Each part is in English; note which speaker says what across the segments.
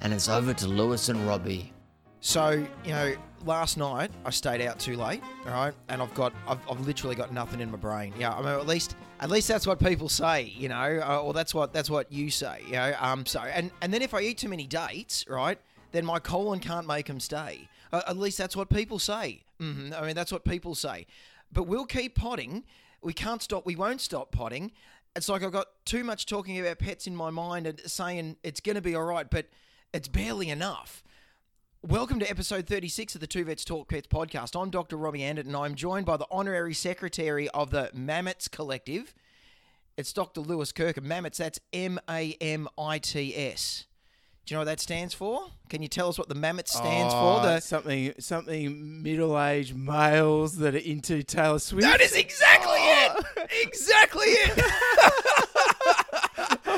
Speaker 1: and it's over to Lewis and Robbie.
Speaker 2: So, you know, last night I stayed out too late, all right? And I've got, I've, I've literally got nothing in my brain. Yeah, I mean, at least, at least that's what people say, you know, uh, or that's what, that's what you say, you know? Um, so, and, and then if I eat too many dates, right, then my colon can't make them stay. Uh, at least that's what people say. hmm I mean, that's what people say. But we'll keep potting. We can't stop, we won't stop potting. It's like I've got too much talking about pets in my mind and saying it's going to be all right, but it's barely enough. Welcome to episode 36 of the Two Vets Talk Pets podcast. I'm Dr. Robbie Anderton, and I'm joined by the honorary secretary of the Mammoths Collective. It's Dr. Lewis Kirk. Mammoths, that's M A M I T S. Do you know what that stands for? Can you tell us what the Mammoth stands
Speaker 3: Oh,
Speaker 2: for? The-
Speaker 3: something something middle aged males that are into Taylor Swift.
Speaker 2: that is exactly
Speaker 3: Oh.
Speaker 2: it! Exactly it!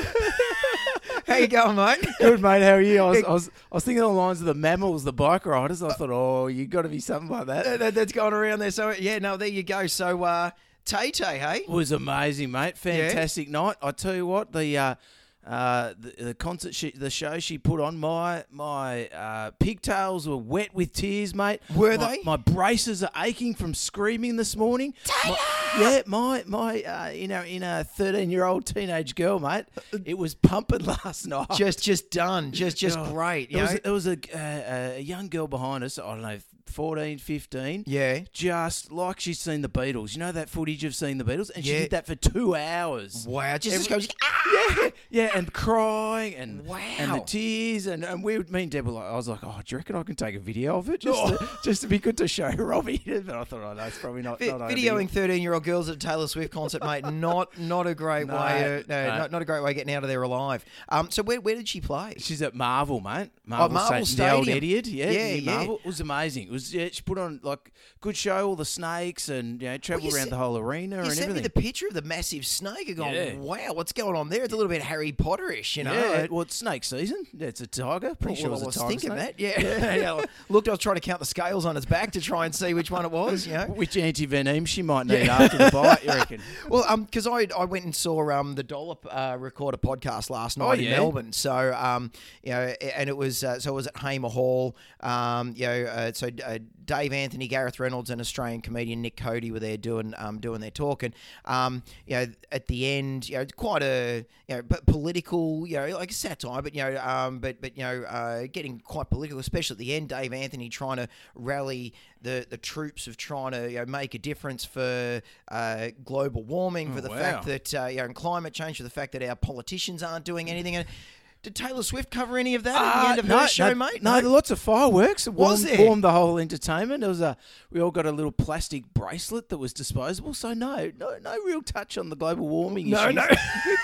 Speaker 2: How you going, mate?
Speaker 3: good, mate. How are you? I was, I was I was thinking along the lines of the mammals, the bike riders. I thought, oh, you got to be something like
Speaker 2: That-
Speaker 3: that.
Speaker 2: that- That's going around there. So, yeah, no, there you go. So, uh, Tay Tay, hey?
Speaker 3: It was amazing, mate. Fantastic night. I tell you what, the. Uh, uh, the, the concert, she, the show she put on, my my uh, pigtails were wet with tears, mate.
Speaker 2: Were
Speaker 3: My-
Speaker 2: they?
Speaker 3: My braces are aching from screaming this morning. My- yeah, my my uh, you know in a thirteen year old teenage girl, mate.
Speaker 2: Uh,
Speaker 3: It was pumping last night.
Speaker 2: just just done just just
Speaker 3: Oh,
Speaker 2: great you
Speaker 3: There was,
Speaker 2: know?
Speaker 3: there was a, uh, a young girl behind us, I don't know, 14, 15.
Speaker 2: yeah
Speaker 3: Just like she's seen the Beatles. You know that footage of seeing the Beatles? And
Speaker 2: Yeah.
Speaker 3: she did that for two hours.
Speaker 2: wow just, just
Speaker 3: Every-
Speaker 2: goes "Ah!"
Speaker 3: Yeah, yeah, and crying and and the
Speaker 2: Wow.
Speaker 3: tears and, and we me and Deb were like, I was like, oh, do you reckon I can take a video of it just
Speaker 2: Oh.
Speaker 3: to, just to be good to show Robbie? but I thought, oh, no, it's probably not.
Speaker 2: Vi-
Speaker 3: not
Speaker 2: videoing 13 year old girls at a taylor swift concert mate not not a great
Speaker 3: No,
Speaker 2: way to, no,
Speaker 3: no.
Speaker 2: Not, not a great way of getting out of there alive um so where, where did she play
Speaker 3: She's at Marvel, mate. Marvel,
Speaker 2: Oh, Marvel
Speaker 3: Stadium, the old
Speaker 2: Stadium.
Speaker 3: idiot. Yeah,
Speaker 2: Yeah,
Speaker 3: near
Speaker 2: yeah.
Speaker 3: Marvel. It was amazing. It was yeah, she put on like good show, all the snakes, and you know travel
Speaker 2: you
Speaker 3: around
Speaker 2: se-
Speaker 3: the whole arena
Speaker 2: you
Speaker 3: and
Speaker 2: sent me
Speaker 3: everything.
Speaker 2: the picture of the massive snake and going
Speaker 3: Yeah.
Speaker 2: wow what's going on there it's a little bit harry potterish you know
Speaker 3: yeah, well, it's snake season. Yeah, It's a tiger. Pretty sure it
Speaker 2: Well,
Speaker 3: was,
Speaker 2: I
Speaker 3: a
Speaker 2: was
Speaker 3: tiger
Speaker 2: thinking
Speaker 3: snake.
Speaker 2: that, yeah. Yeah, Looked, I was trying to count the scales on its back to try and see which one it was. You know,
Speaker 3: Which anti venom she might need after the bite? You reckon?
Speaker 2: Well, um, because I I went and saw um the Dollop uh, record a podcast last night in
Speaker 3: yeah?
Speaker 2: Melbourne. So um, you know, a- and it was uh, so it was at Hamer Hall. Um, you know, uh, so uh, Dave Anthony, Gareth Reynolds, and Australian comedian Nick Cody were there doing um doing their talk, and um, you know, at the end, you know, it's quite a you know, but political, you know, like a satire, but you know, um, but but you know, uh, getting quite political, especially at the end. Dave Anthony trying to rally the the troops of trying to you know make a difference for uh, global warming, for the
Speaker 3: wow.
Speaker 2: fact that uh, you know, and climate change, for the fact that our politicians aren't doing anything. And did Taylor Swift cover any of that at the
Speaker 3: Uh,
Speaker 2: end of
Speaker 3: no,
Speaker 2: her show,
Speaker 3: no,
Speaker 2: mate?
Speaker 3: No, there were lots of fireworks. It
Speaker 2: Was
Speaker 3: warmed,
Speaker 2: there?
Speaker 3: warmed the whole entertainment. There was a we all got a little plastic bracelet that was disposable. So no, no, no real touch on the global warming.
Speaker 2: No,
Speaker 3: issues.
Speaker 2: no.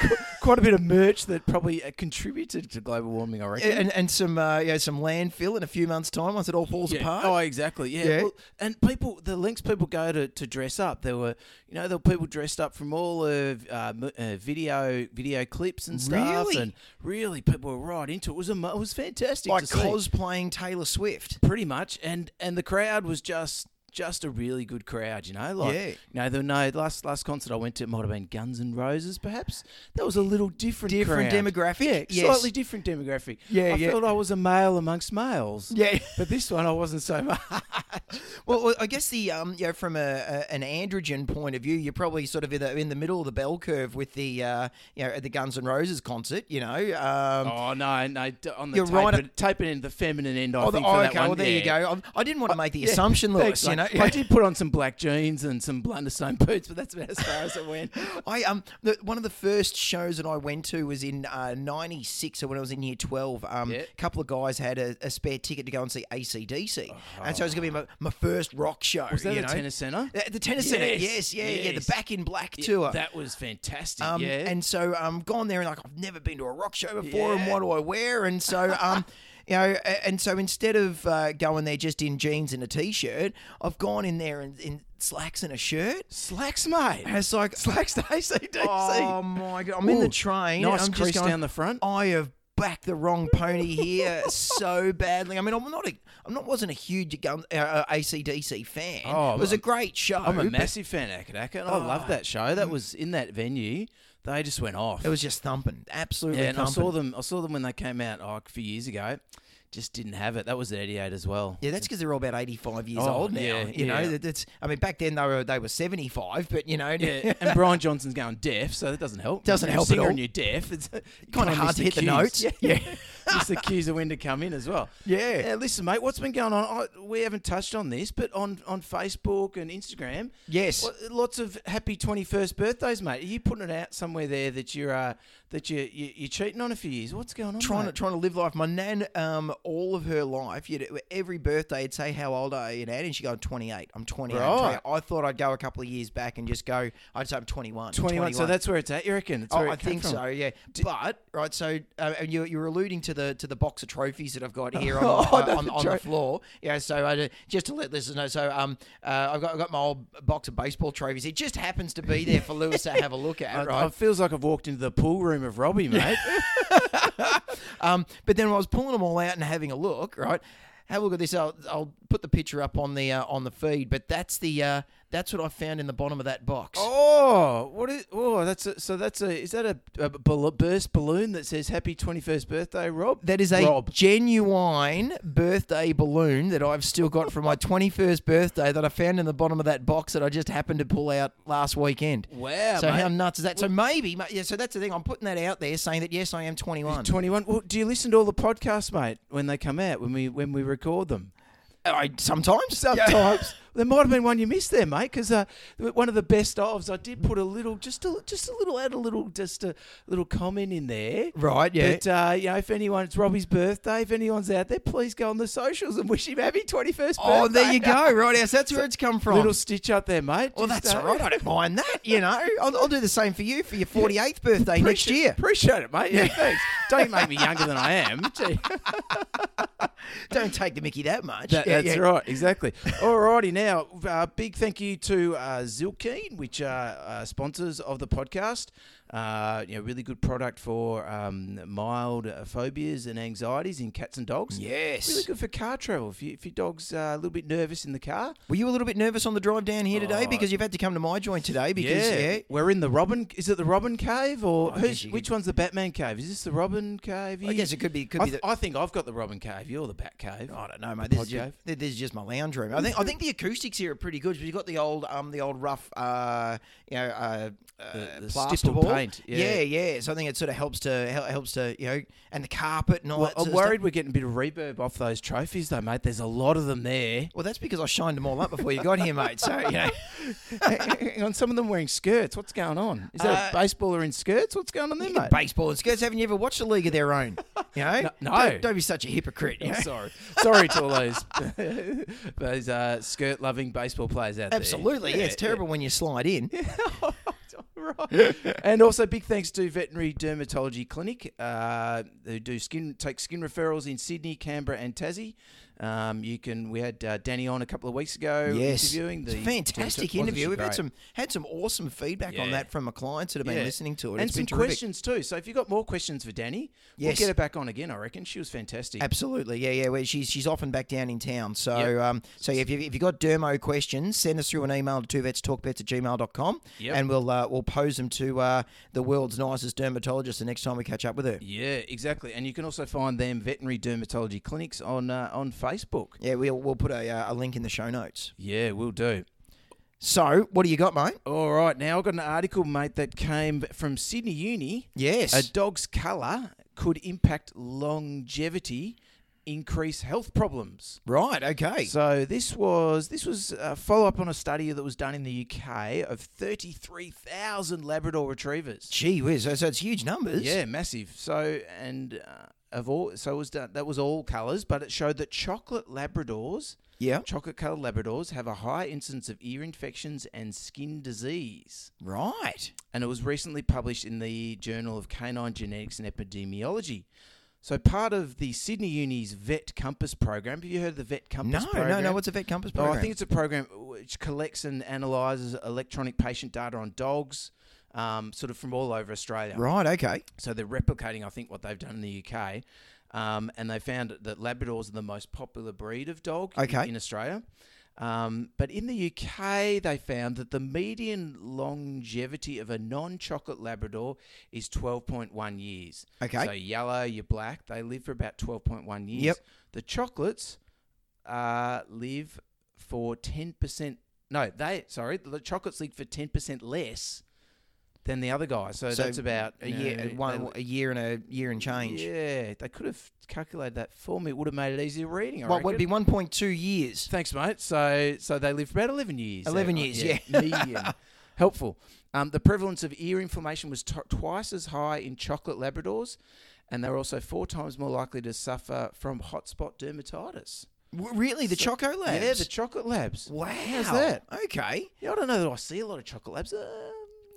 Speaker 3: Qu- Quite a bit of merch that probably uh, contributed to global warming. I reckon.
Speaker 2: and and some uh, you know, some landfill in a few months' time once it all falls
Speaker 3: Yeah.
Speaker 2: apart.
Speaker 3: Oh, exactly. Yeah.
Speaker 2: Yeah.
Speaker 3: Well, and people, the links people go to, to dress up. There were, you know, there were people dressed up from all of uh, m- uh, video video clips and stuff.
Speaker 2: Really?
Speaker 3: And really, people were right into it. It was am- it was fantastic.
Speaker 2: like
Speaker 3: to see.
Speaker 2: cosplaying Taylor Swift.
Speaker 3: pretty much and and the crowd was just just a really good crowd you know like
Speaker 2: Yeah.
Speaker 3: you know there were no last last concert i went to it might have been guns and roses perhaps that was a little different
Speaker 2: Different
Speaker 3: crowd.
Speaker 2: demographic, yes.
Speaker 3: yeah slightly different demographic
Speaker 2: Yeah,
Speaker 3: i
Speaker 2: yeah.
Speaker 3: felt i was a male amongst males
Speaker 2: Yeah.
Speaker 3: but this one i wasn't so much
Speaker 2: Well, well, I guess the um, you know, from a, a an androgen point of view, you're probably sort of in the, in the middle of the bell curve with the uh, you know at the Guns N' Roses concert. You know, um,
Speaker 3: oh no no d- on the
Speaker 2: You're
Speaker 3: tape,
Speaker 2: right
Speaker 3: taping in the feminine end i
Speaker 2: oh, the-
Speaker 3: think
Speaker 2: oh,
Speaker 3: for that
Speaker 2: okay,
Speaker 3: one
Speaker 2: well there
Speaker 3: yeah.
Speaker 2: you go. I, I didn't want to make the
Speaker 3: Yeah,
Speaker 2: assumption, Lewis.
Speaker 3: thanks,
Speaker 2: you know,
Speaker 3: mate. I did put on some black jeans and some blunderstone boots, but that's about as far as it went.
Speaker 2: I um the, one of the first shows that I went to was in uh, '96, so when I was in year twelve, um,
Speaker 3: Yeah.
Speaker 2: a couple of guys had a, a spare ticket to go and see ACDC, and so it was gonna be my, my first rock show.
Speaker 3: Ah. Was that
Speaker 2: you
Speaker 3: the
Speaker 2: know?
Speaker 3: tennis centre?
Speaker 2: Uh, the tennis center,
Speaker 3: Yes,
Speaker 2: yes, yeah, yeah,
Speaker 3: yes.
Speaker 2: the Back in Black tour.
Speaker 3: That was fantastic.
Speaker 2: uh, Um,
Speaker 3: yeah.
Speaker 2: And so I'm um, gone there and like I've never been to a rock show before, and
Speaker 3: Yeah.
Speaker 2: what do I wear? And so um, you know, a- and so instead of uh, going there just in jeans and a t-shirt, I've gone in there in, in slacks and a shirt.
Speaker 3: Slacks, mate.
Speaker 2: And it's like slacks to ACDC. Oh my god! I'm in the
Speaker 3: Ooh,
Speaker 2: train.
Speaker 3: nice
Speaker 2: I'm just
Speaker 3: crease
Speaker 2: going, "Oh,
Speaker 3: down the front.
Speaker 2: I have backed the wrong pony here so badly. I mean, I'm not a, I'm not wasn't a huge gun, uh, uh, ACDC fan.
Speaker 3: Oh,
Speaker 2: it was a
Speaker 3: I'm-
Speaker 2: great show.
Speaker 3: I'm a
Speaker 2: but
Speaker 3: massive fan of Akadaka, and I
Speaker 2: Oh.
Speaker 3: love that show. That was in that venue. They just went off.
Speaker 2: Mm. It was just thumping, absolutely.
Speaker 3: yeah, and I
Speaker 2: thumping.
Speaker 3: saw them. I saw them when they came out oh, a few years ago. Just didn't have it. That was at 88 as well.
Speaker 2: Yeah, that's because they're all about eighty-five years
Speaker 3: Oh,
Speaker 2: old now.
Speaker 3: yeah,
Speaker 2: you know,
Speaker 3: yeah.
Speaker 2: that- that's. I mean, back then they were they were seventy-five, but you know,
Speaker 3: Yeah, and Brian Johnson's going deaf, so that doesn't help.
Speaker 2: Doesn't
Speaker 3: You're a
Speaker 2: help at
Speaker 3: singer
Speaker 2: all.
Speaker 3: And you're deaf. It's kind
Speaker 2: kind of hard to hit the notes.
Speaker 3: Yeah, just the cues of when to come in as well.
Speaker 2: Yeah.
Speaker 3: Uh, listen, mate, what's been going on? I, we haven't touched on this, but on on Facebook and Instagram,
Speaker 2: Yes.
Speaker 3: lo- lots of happy 21st birthdays, mate. Are you putting it out somewhere there that you're uh, that you, you you're cheating on a few years? What's going on?
Speaker 2: trying to
Speaker 3: mate?
Speaker 2: trying to live life. My nan, um, all of her life, you'd, every birthday, it'd say how old are you, Nan, and she'd go, "I'm 28. I'm 28. I'm
Speaker 3: Right.
Speaker 2: 28." I thought I'd go a couple of years back and just go. I'd say I'm 21.
Speaker 3: 21, So that's where it's at. You reckon? It's
Speaker 2: Oh,
Speaker 3: where it
Speaker 2: I
Speaker 3: came
Speaker 2: think
Speaker 3: from.
Speaker 2: so. Yeah, but right. So uh, and you, you were alluding to the to the box of trophies that I've got here on,
Speaker 3: Oh,
Speaker 2: my- on, on the floor. Yeah. So I, ju- just to let listeners know, so um, uh, I've got I've got my old box of baseball trophies. It just happens to be there for Lewis to have a look at,
Speaker 3: I-
Speaker 2: right?
Speaker 3: It feels like I've walked into the pool room of Robbie, mate.
Speaker 2: Um, but then when I was pulling them all out and having a look, right? Have a look at this. I'll, I'll put the picture up on the uh, on the feed. But that's the uh, that's what I found in the bottom of that box.
Speaker 3: Oh, what is? Oh, that's a, so. That's a. Is that a, a bal- burst balloon that says "Happy 21st Birthday, Rob"?
Speaker 2: That is a
Speaker 3: Rob.
Speaker 2: genuine birthday balloon that I've still got from my 21st birthday that I found in the bottom of that box that I just happened to pull out last weekend.
Speaker 3: Wow,
Speaker 2: So
Speaker 3: mate.
Speaker 2: how nuts is that? So maybe, ma- yeah. So that's the thing. I'm putting that out there, saying that yes, I am 21.
Speaker 3: 21. Well, do you listen to all the podcasts, mate, when they come out? When we when we record them?
Speaker 2: I sometimes,
Speaker 3: Sometimes there might have been one you missed there, mate, because uh, one of the best ofs. I did put a little, just a just a little, add a little, just a little comment in there.
Speaker 2: Right, yeah.
Speaker 3: But uh, you know, if anyone, it's Robbie's birthday. If anyone's out there, please go on the socials and wish him happy 21st.
Speaker 2: oh,
Speaker 3: birthday.
Speaker 2: there you go. Right, yes, that's where it's come from.
Speaker 3: Little stitch up there, mate.
Speaker 2: well,
Speaker 3: Just,
Speaker 2: Oh, that's
Speaker 3: uh,
Speaker 2: all right. I don't mind that. You know, I'll, I'll do the same for you for your 48th birthday next
Speaker 3: Appreciate-
Speaker 2: year.
Speaker 3: Appreciate it, mate. Yeah, thanks. Don't make me younger than I am. Gee.
Speaker 2: Don't take the Mickey that much.
Speaker 3: That-
Speaker 2: Yeah,
Speaker 3: that's
Speaker 2: yeah.
Speaker 3: right, exactly. Alrighty, now uh, big thank you to uh, Zilkeen, which are uh, sponsors of the podcast. Uh, you know, really good product for um, mild uh, phobias and anxieties in cats and dogs.
Speaker 2: Yes.
Speaker 3: really good for car travel. If, you, if your dog's uh, a little bit nervous in the car,
Speaker 2: Were you a little bit nervous on the drive down here today
Speaker 3: Oh.
Speaker 2: because you've had to come to my joint today? Because yeah,
Speaker 3: we're in the Robin. Is it the Robin Cave or
Speaker 2: I
Speaker 3: who's,
Speaker 2: guess you
Speaker 3: which one's the Batman Cave? Is this the Robin Cave?
Speaker 2: I guess it could be could
Speaker 3: I,
Speaker 2: be
Speaker 3: th-
Speaker 2: the.
Speaker 3: I think I've got the Robin Cave. You're the Bat Cave.
Speaker 2: I don't know, Oh, mate. This
Speaker 3: The
Speaker 2: is,
Speaker 3: pod
Speaker 2: just,
Speaker 3: cave.
Speaker 2: th- this is just my lounge room. I think I think the acoustics here are pretty good. You've got the old um the old rough uh you know uh, uh
Speaker 3: The- the stippled
Speaker 2: plasterboard.
Speaker 3: paint,
Speaker 2: yeah,
Speaker 3: yeah.
Speaker 2: yeah. So I think it sort of helps to hel- helps to you know and the carpet and all
Speaker 3: Well,
Speaker 2: that.
Speaker 3: I'm
Speaker 2: sort of stuff.
Speaker 3: worried we're getting a bit of reverb off those trophies, though, mate. There's a lot of them there.
Speaker 2: Well, that's because I shined them all up before you got here, mate. So you know.
Speaker 3: Hang on, some of them wearing skirts. What's going on? Is
Speaker 2: Uh,
Speaker 3: that a baseballer in skirts? What's going on there, mate?
Speaker 2: baseball and skirts. Haven't you ever watched a league of their own? You know,
Speaker 3: No.
Speaker 2: Don't, don't be such a hypocrite. you
Speaker 3: I'm
Speaker 2: know?
Speaker 3: sorry, sorry to all those those uh, skirt-loving baseball players out
Speaker 2: Absolutely, yeah,
Speaker 3: there.
Speaker 2: It's terrible when you slide in.
Speaker 3: right. and also, big thanks to Veterinary Dermatology Clinic, uh, who do skin take skin referrals in Sydney, Canberra, and Tassie. Um, you can. We had uh, Danny on a couple of weeks ago. interviewing
Speaker 2: It's
Speaker 3: the
Speaker 2: a fantastic
Speaker 3: dermato- wasn't she
Speaker 2: interview. We've had
Speaker 3: great?
Speaker 2: some had some awesome feedback on
Speaker 3: Yeah.
Speaker 2: that from our clients that have been
Speaker 3: Yeah.
Speaker 2: listening to it.
Speaker 3: and
Speaker 2: It's
Speaker 3: some
Speaker 2: been terrific.
Speaker 3: questions too. So if you have got more questions for Danny, we'll
Speaker 2: Yes.
Speaker 3: get her back on again. I reckon she was fantastic.
Speaker 2: Absolutely, yeah, yeah. Well, she's she's often back down in town, so
Speaker 3: Yep.
Speaker 2: um, so if you if you got dermo questions, send us through an email to two vets talkvets at gmail.com
Speaker 3: Yep.
Speaker 2: and we'll uh, we'll pose them to uh, the world's nicest dermatologist the next time we catch up with her.
Speaker 3: yeah, exactly. And you can also find them veterinary dermatology clinics on uh, on Facebook.
Speaker 2: Yeah, we'll we'll put a, uh, a link in the show notes.
Speaker 3: Yeah, we'll do.
Speaker 2: So, what do you got, mate?
Speaker 3: All right, now I've got an article, mate, that came from Sydney Uni.
Speaker 2: Yes,
Speaker 3: A dog's colour could impact longevity increase health problems.
Speaker 2: Right. Okay.
Speaker 3: So this was this was a follow up on a study that was done in the UK of thirty three thousand Labrador retrievers.
Speaker 2: Gee whiz. So, so it's huge numbers.
Speaker 3: Yeah, massive. So and uh, of all, so it was done, that was all colours, but it showed that chocolate Labradors,
Speaker 2: Yeah.
Speaker 3: chocolate coloured Labradors, have a high incidence of ear infections and skin disease.
Speaker 2: Right.
Speaker 3: And it was recently published in the Journal of Canine Genetics and Epidemiology. So part of the Sydney Uni's Vet Compass program. Have you heard of the Vet
Speaker 2: No,
Speaker 3: Compass program?
Speaker 2: no, no. What's a vet compass
Speaker 3: No,
Speaker 2: program?
Speaker 3: I think it's a program which collects and analyzes electronic patient data on dogs, um, sort of from all over Australia.
Speaker 2: right. Okay.
Speaker 3: So they're replicating, I think, what they've done in the UK. Um, and they found that Labradors are the most popular breed of dog in-
Speaker 2: Okay.
Speaker 3: in Australia. Um, but in the UK, they found that the median longevity of a non chocolate Labrador is 12.1 years.
Speaker 2: Okay.
Speaker 3: So yellow, you're black, they live for about 12.1 years.
Speaker 2: Yep.
Speaker 3: The chocolates uh, live for 10%. No, they, sorry, the chocolates live for 10% less than the other guys. So,
Speaker 2: So
Speaker 3: that's about
Speaker 2: a
Speaker 3: you
Speaker 2: year,
Speaker 3: know,
Speaker 2: one,
Speaker 3: they-
Speaker 2: a year and a year and change.
Speaker 3: yeah, they could have calculated that for me. It would have made it easier reading. I
Speaker 2: Well, it would
Speaker 3: reckon.
Speaker 2: be 1.2 years.
Speaker 3: Thanks, mate. So, so they live for about eleven years.
Speaker 2: 11
Speaker 3: Uh,
Speaker 2: years,
Speaker 3: median. Helpful. Um, the prevalence of ear inflammation was t- twice as high in chocolate Labradors, and they were also four times more likely to suffer from hotspot dermatitis.
Speaker 2: W- Really, the Choco Labs.
Speaker 3: Yeah, the chocolate labs.
Speaker 2: wow.
Speaker 3: How's that?
Speaker 2: Okay.
Speaker 3: Yeah, I don't know that I see a lot of chocolate labs. Uh,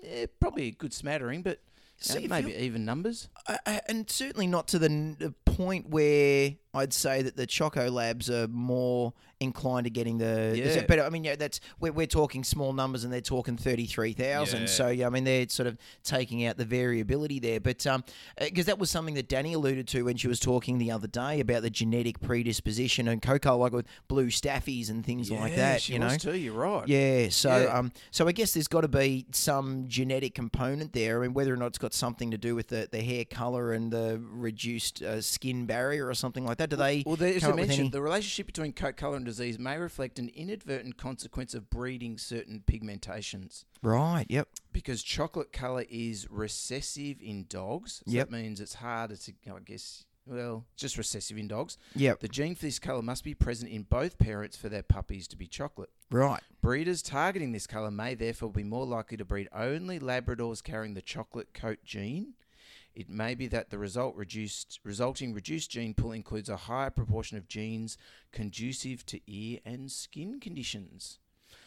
Speaker 3: yeah, probably a good smattering, but
Speaker 2: See,
Speaker 3: yeah,
Speaker 2: if
Speaker 3: maybe even numbers.
Speaker 2: I, I, and certainly not to the n- the point where I'd say that the Choco Labs are more inclined to getting the. is
Speaker 3: Yeah.
Speaker 2: it- But I mean, yeah, that's we're, we're talking small numbers, and they're talking thirty three thousand.
Speaker 3: Yeah.
Speaker 2: So yeah, I mean, they're sort of taking out the variability there. But um, because that was something that Danny alluded to when she was talking the other day about the genetic predisposition and cocoa, like with blue staffies and things like that.
Speaker 3: she
Speaker 2: you know,
Speaker 3: was too. You're right.
Speaker 2: yeah, so
Speaker 3: Yeah.
Speaker 2: um, so I guess there's got to be some genetic component there. I mean, whether or not it's got something to do with the, the hair color and the reduced uh, skin barrier or something like that. Do they?
Speaker 3: Well, there, as
Speaker 2: come
Speaker 3: I
Speaker 2: up with
Speaker 3: mentioned,
Speaker 2: any-
Speaker 3: the relationship between coat color and disease may reflect an inadvertent consequence of breeding certain pigmentations.
Speaker 2: right. Yep.
Speaker 3: Because chocolate color is recessive in dogs, so
Speaker 2: Yep.
Speaker 3: that means it's harder to, I guess, well, it's just recessive in dogs.
Speaker 2: Yep.
Speaker 3: The gene for this color must be present in both parents for their puppies to be chocolate.
Speaker 2: Right.
Speaker 3: Breeders targeting this color may therefore be more likely to breed only Labradors carrying the chocolate coat gene. It may be that the result reduced, resulting reduced gene pool includes a higher proportion of genes conducive to ear and skin conditions.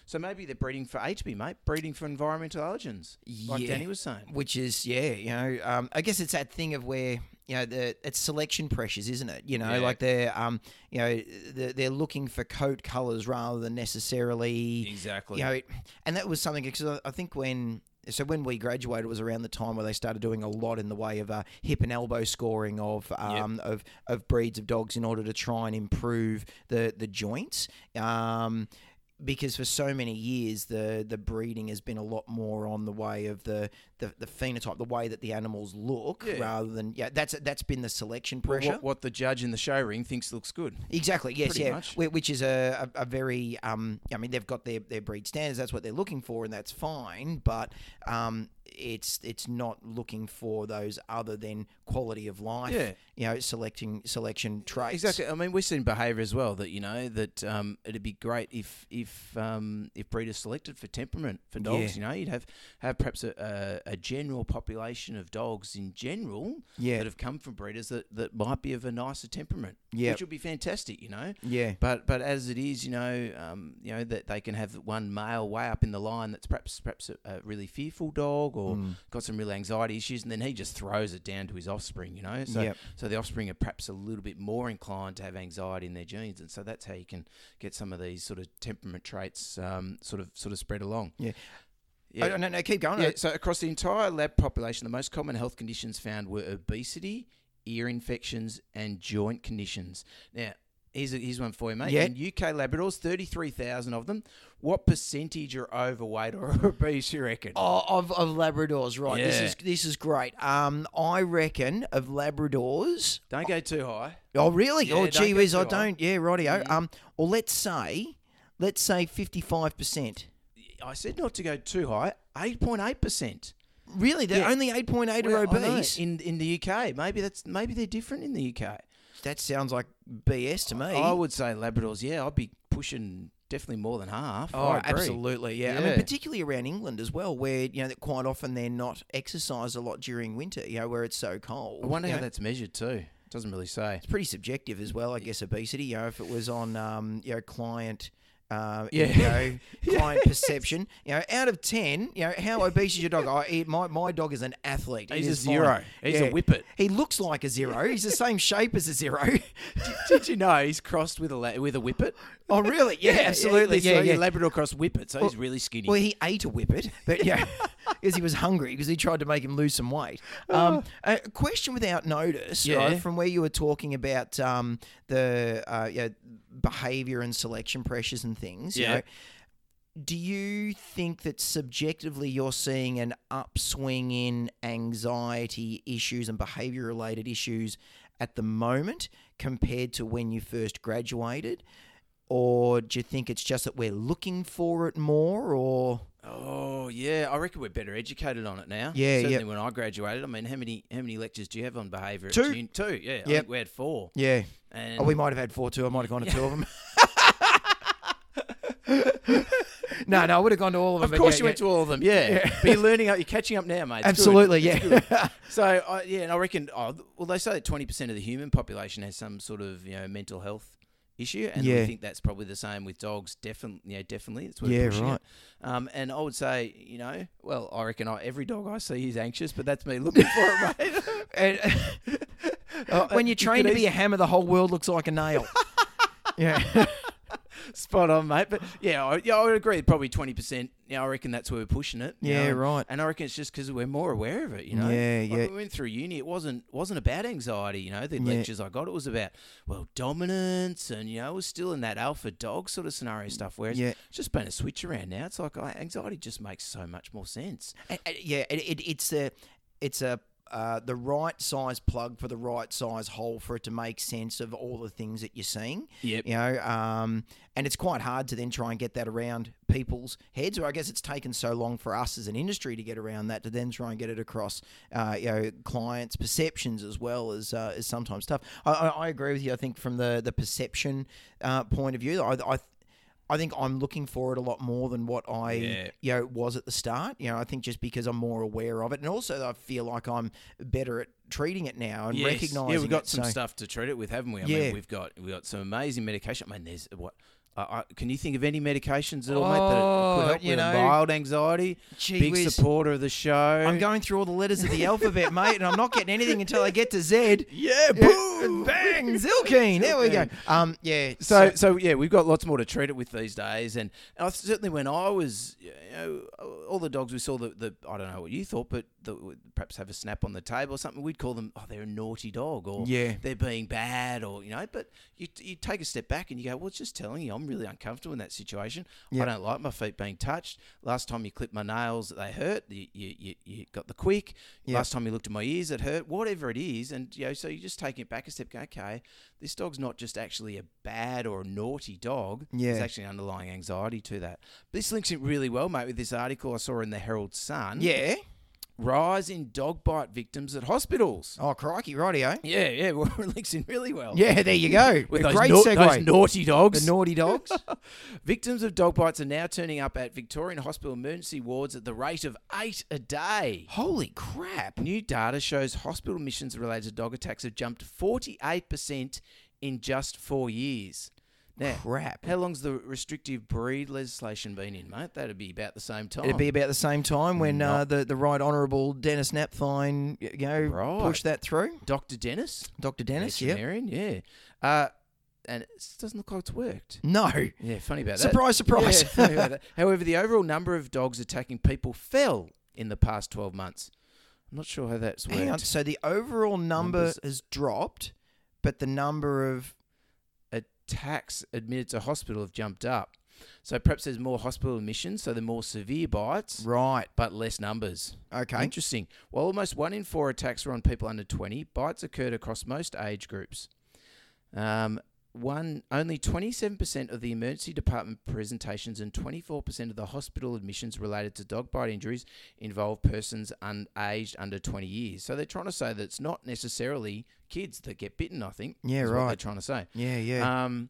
Speaker 3: So maybe they're breeding for HB, mate, breeding for environmental allergens, like
Speaker 2: Yeah.
Speaker 3: Danny was saying.
Speaker 2: Which is yeah, you know, um, I guess it's that thing of where you know the it's selection pressures, isn't it? You know,
Speaker 3: Yeah.
Speaker 2: like they're um, you know, they're, they're looking for coat colors rather than necessarily
Speaker 3: Exactly.
Speaker 2: you know, it, and that was something because I, I think when so when we graduated was around the time where they started doing a lot in the way of uh, hip and elbow scoring of um, of of breeds of dogs in order to try and improve the the joints. Um, because for so many years the the breeding has been a lot more on the way of the the, the phenotype, the way that the animals look,
Speaker 3: Yeah.
Speaker 2: rather than yeah. That's that's been the selection
Speaker 3: Or
Speaker 2: pressure.
Speaker 3: what, what the judge in the show ring thinks looks good.
Speaker 2: Exactly. Yes.
Speaker 3: Pretty
Speaker 2: yeah.
Speaker 3: much.
Speaker 2: Whi- Which is a, a, a very. Um, I mean, they've got their, their breed standards. That's what they're looking for, and that's fine. But um, it's it's not looking for those other than quality of life.
Speaker 3: Yeah.
Speaker 2: You know, selecting selection traits.
Speaker 3: Exactly. I mean, we've seen behaviour as well that you know that um, it'd be great if if um, if breeders selected for temperament for dogs. You know, you'd have have perhaps a, a, a general population of dogs in general
Speaker 2: Yeah.
Speaker 3: that have come from breeders that, that might be of a nicer temperament.
Speaker 2: Yeah.
Speaker 3: which would be fantastic. You know.
Speaker 2: Yeah.
Speaker 3: But but as it is, you know, um, you know that they can have one male way up in the line that's perhaps perhaps a, a really fearful dog or
Speaker 2: Mm.
Speaker 3: got some real anxiety issues, and then he just throws it down to his offspring. You know, so
Speaker 2: Yep.
Speaker 3: so the offspring are perhaps a little bit more inclined to have anxiety in their genes, and so that's how you can get some of these sort of temperament traits um, sort of sort of spread along.
Speaker 2: Yeah.
Speaker 3: Yeah.
Speaker 2: Oh, no, no. Keep going.
Speaker 3: Yeah, so across the entire lab population, the most common health conditions found were obesity, ear infections, and joint conditions. Now, here's, a, here's one for you, mate.
Speaker 2: Yeah.
Speaker 3: In UK Labradors, 33,000 of them. What percentage are overweight or obese, you reckon?
Speaker 2: Oh, of, of Labradors, right? This
Speaker 3: Yeah.
Speaker 2: is this is great. Um, I reckon of Labradors.
Speaker 3: Don't go too high.
Speaker 2: Oh, really?
Speaker 3: Yeah,
Speaker 2: oh,
Speaker 3: don't
Speaker 2: gee
Speaker 3: get Mm-hmm.
Speaker 2: whiz, I
Speaker 3: too high.
Speaker 2: don't. Yeah, rightio. Um, or let's say, let's say fifty-five percent.
Speaker 3: I said not to go too high. 8.8%.
Speaker 2: Really, they're
Speaker 3: Yeah.
Speaker 2: only eight point eight
Speaker 3: Well,
Speaker 2: are
Speaker 3: I know,
Speaker 2: obese.
Speaker 3: in in the UK. Maybe that's maybe they're different in the UK.
Speaker 2: that sounds like BS to me.
Speaker 3: I would say Labradors. Yeah, I'd be pushing definitely more than half.
Speaker 2: Oh,
Speaker 3: I agree.
Speaker 2: absolutely, yeah. I mean,
Speaker 3: Yeah.
Speaker 2: particularly around England as well, where you know that quite often they're not exercised a lot during winter. You know, where it's so cold.
Speaker 3: I wonder
Speaker 2: you
Speaker 3: how
Speaker 2: know.
Speaker 3: that's measured too. It doesn't really say.
Speaker 2: It's pretty subjective as well, I guess. Obesity, you know, if it was on, um, you know, client. Uh,
Speaker 3: Yeah.
Speaker 2: you know, client perception. You know, out of ten, you know, how obese is your dog? I, he, my my dog is an athlete. It
Speaker 3: He's a
Speaker 2: is fine.
Speaker 3: zero. He's a whippet.
Speaker 2: He looks like a zero. He's the same shape as a zero.
Speaker 3: Did you know he's crossed with a la- with a whippet?
Speaker 2: oh, really? Yeah, absolutely.
Speaker 3: Yeah,
Speaker 2: So,
Speaker 3: yeah, Labrador crossed whippet, so he's really skinny.
Speaker 2: Well, he ate a whippet, but yeah, because he was hungry because he tried to make him lose some weight. Um, a question without notice,
Speaker 3: Oh. Yeah.
Speaker 2: right, from where you were talking about um, the uh, yeah, behavior and selection pressures and things. you
Speaker 3: Yeah.
Speaker 2: know, do you think that subjectively you're seeing an upswing in anxiety issues and behavior related issues at the moment compared to when you first graduated? Or do you think it's just that we're looking for it more? Or
Speaker 3: oh yeah, I reckon we're better educated on it now.
Speaker 2: Yeah, yeah.
Speaker 3: certainly when I graduated. I mean, how many how many lectures do you have on behaviour? at
Speaker 2: Two.
Speaker 3: uni- Two. Yeah, I
Speaker 2: Yep.
Speaker 3: think we had four.
Speaker 2: yeah,
Speaker 3: And
Speaker 2: oh, we might have had four too. I might have gone to two of them. no, no, I would have gone to all of them.
Speaker 3: Of course, you went to all of them. Yeah, but you're learning up. You're catching up now, mate. It's good.
Speaker 2: absolutely, yeah.
Speaker 3: So I, yeah, and I reckon. Oh, well, they say that twenty percent of the human population has some sort of you know mental health issue, and
Speaker 2: Yeah.
Speaker 3: we think that's probably the same with dogs. Definitely, yeah, definitely. It's
Speaker 2: Yeah, right.
Speaker 3: right. Um, and I would say, you know, well, I reckon I, every dog I see is anxious, but that's me looking for it, mate.
Speaker 2: And- Oh, when you're trained to be a hammer, the whole world looks like a nail. yeah,
Speaker 3: Spot on, mate. But yeah, I, yeah, I would agree. Probably twenty percent. Yeah, I reckon that's where we're pushing it. you
Speaker 2: Yeah,
Speaker 3: know, and-
Speaker 2: right.
Speaker 3: And I reckon it's just because we're more aware of it. You know.
Speaker 2: Yeah,
Speaker 3: Like,
Speaker 2: yeah.
Speaker 3: When we went through uni. It wasn't wasn't about anxiety. You know, the lectures I got, it was about well dominance, and you know, it was still in that alpha dog sort of scenario stuff. Whereas
Speaker 2: Yeah.
Speaker 3: it's just been a switch around now. It's like oh, anxiety just makes so much more sense.
Speaker 2: And- and, yeah. It, it, it's a, it's a. Uh, the right size plug for the right size hole for it to make sense of all the things that you're seeing.
Speaker 3: Yep.
Speaker 2: You know, um, and it's quite hard to then try and get that around people's heads. Or I guess it's taken so long for us as an industry to get around that to then try and get it across, uh, you know, clients' perceptions as well as uh, is sometimes tough. I, I, I agree with you. I think from the the perception uh, point of view, I. I I think I'm looking for it a lot more than what I
Speaker 3: Yeah.
Speaker 2: you know was at the start. You know, I think just because I'm more aware of it, and also I feel like I'm better at treating it now and recognizing.
Speaker 3: Yeah, we've got
Speaker 2: it,
Speaker 3: some
Speaker 2: so-
Speaker 3: stuff to treat it with, haven't we? I
Speaker 2: Yeah.
Speaker 3: mean, we've got we have got some amazing medication. I mean, there's what. I I, can you think of any medications at all, mate, that
Speaker 2: Oh,
Speaker 3: could help
Speaker 2: you
Speaker 3: with
Speaker 2: know,
Speaker 3: mild anxiety?
Speaker 2: gee
Speaker 3: big
Speaker 2: whiz.
Speaker 3: supporter of the show.
Speaker 2: I'm going through all the letters of the alphabet, mate, and I'm not getting anything until I get to Z.
Speaker 3: yeah,
Speaker 2: Boom, bang, Zilkeen. There we go. Um, yeah.
Speaker 3: So, so yeah, we've got lots more to treat it with these days, and I, certainly when I was, you know, all the dogs we saw, the, the I don't know what you thought, but the, would perhaps have a snap on the table or something, we'd call them, oh, they're a naughty dog, or
Speaker 2: Yeah.
Speaker 3: they're being bad, or you know. But you, you take a step back and you go, well, it's just telling you, I'm really uncomfortable in that situation. I don't like my feet being touched. Last time you clipped my nails, they hurt. You you, you, you got the quick. Last time you looked at my ears, it hurt. Whatever it is, and you know, so you just take it back a step. Go, okay, this dog's not just actually a bad or a naughty dog.
Speaker 2: Yeah.
Speaker 3: There's actually an underlying anxiety to that. This links it really well, mate, with this article I saw in the Herald Sun.
Speaker 2: yeah.
Speaker 3: Rise in dog bite victims at hospitals.
Speaker 2: Oh, crikey, rightio.
Speaker 3: Yeah, yeah, well, it links in really well.
Speaker 2: Yeah, there you go.
Speaker 3: With
Speaker 2: A
Speaker 3: those,
Speaker 2: great
Speaker 3: nau-
Speaker 2: segue.
Speaker 3: those naughty dogs.
Speaker 2: the naughty dogs.
Speaker 3: Victims of dog bites are now turning up at Victorian hospital emergency wards at the rate of eight a day.
Speaker 2: Holy crap.
Speaker 3: New data shows hospital admissions related to dog attacks have jumped 48% in just four years. Now,
Speaker 2: Crap.
Speaker 3: how long's the restrictive breed legislation been in, mate? That'd be about the same time.
Speaker 2: It'd be about the same time when uh, the, the right honourable Dennis Napthine, y- you know,
Speaker 3: Right.
Speaker 2: pushed that through.
Speaker 3: Dr. Dennis?
Speaker 2: Dr. Dennis, yeah.
Speaker 3: Veterinarian, yeah. Uh, and it s- doesn't look like it's worked.
Speaker 2: No.
Speaker 3: Yeah, funny about that.
Speaker 2: Surprise, surprise.
Speaker 3: Yeah, funny about that. However, the overall number of dogs attacking people fell in the past 12 months. I'm not sure how that's worked.
Speaker 2: Hang on. So the overall number
Speaker 3: Numbers.
Speaker 2: has dropped, but the number of.
Speaker 3: uh, Attacks admitted to hospital have jumped up. So perhaps there's more hospital admissions, so the more severe bites,
Speaker 2: Right.
Speaker 3: but less numbers.
Speaker 2: Okay.
Speaker 3: Interesting. While almost one in four attacks were on people under 20, bites occurred across most age groups. Um, one only 27% of the emergency department presentations and 24% of the hospital admissions related to dog bite injuries involve persons un- aged under 20 years. So they're trying to say that it's not necessarily kids that get bitten. I think.
Speaker 2: Yeah,
Speaker 3: is What they're
Speaker 2: right.
Speaker 3: trying to say.
Speaker 2: Yeah, yeah.
Speaker 3: Um,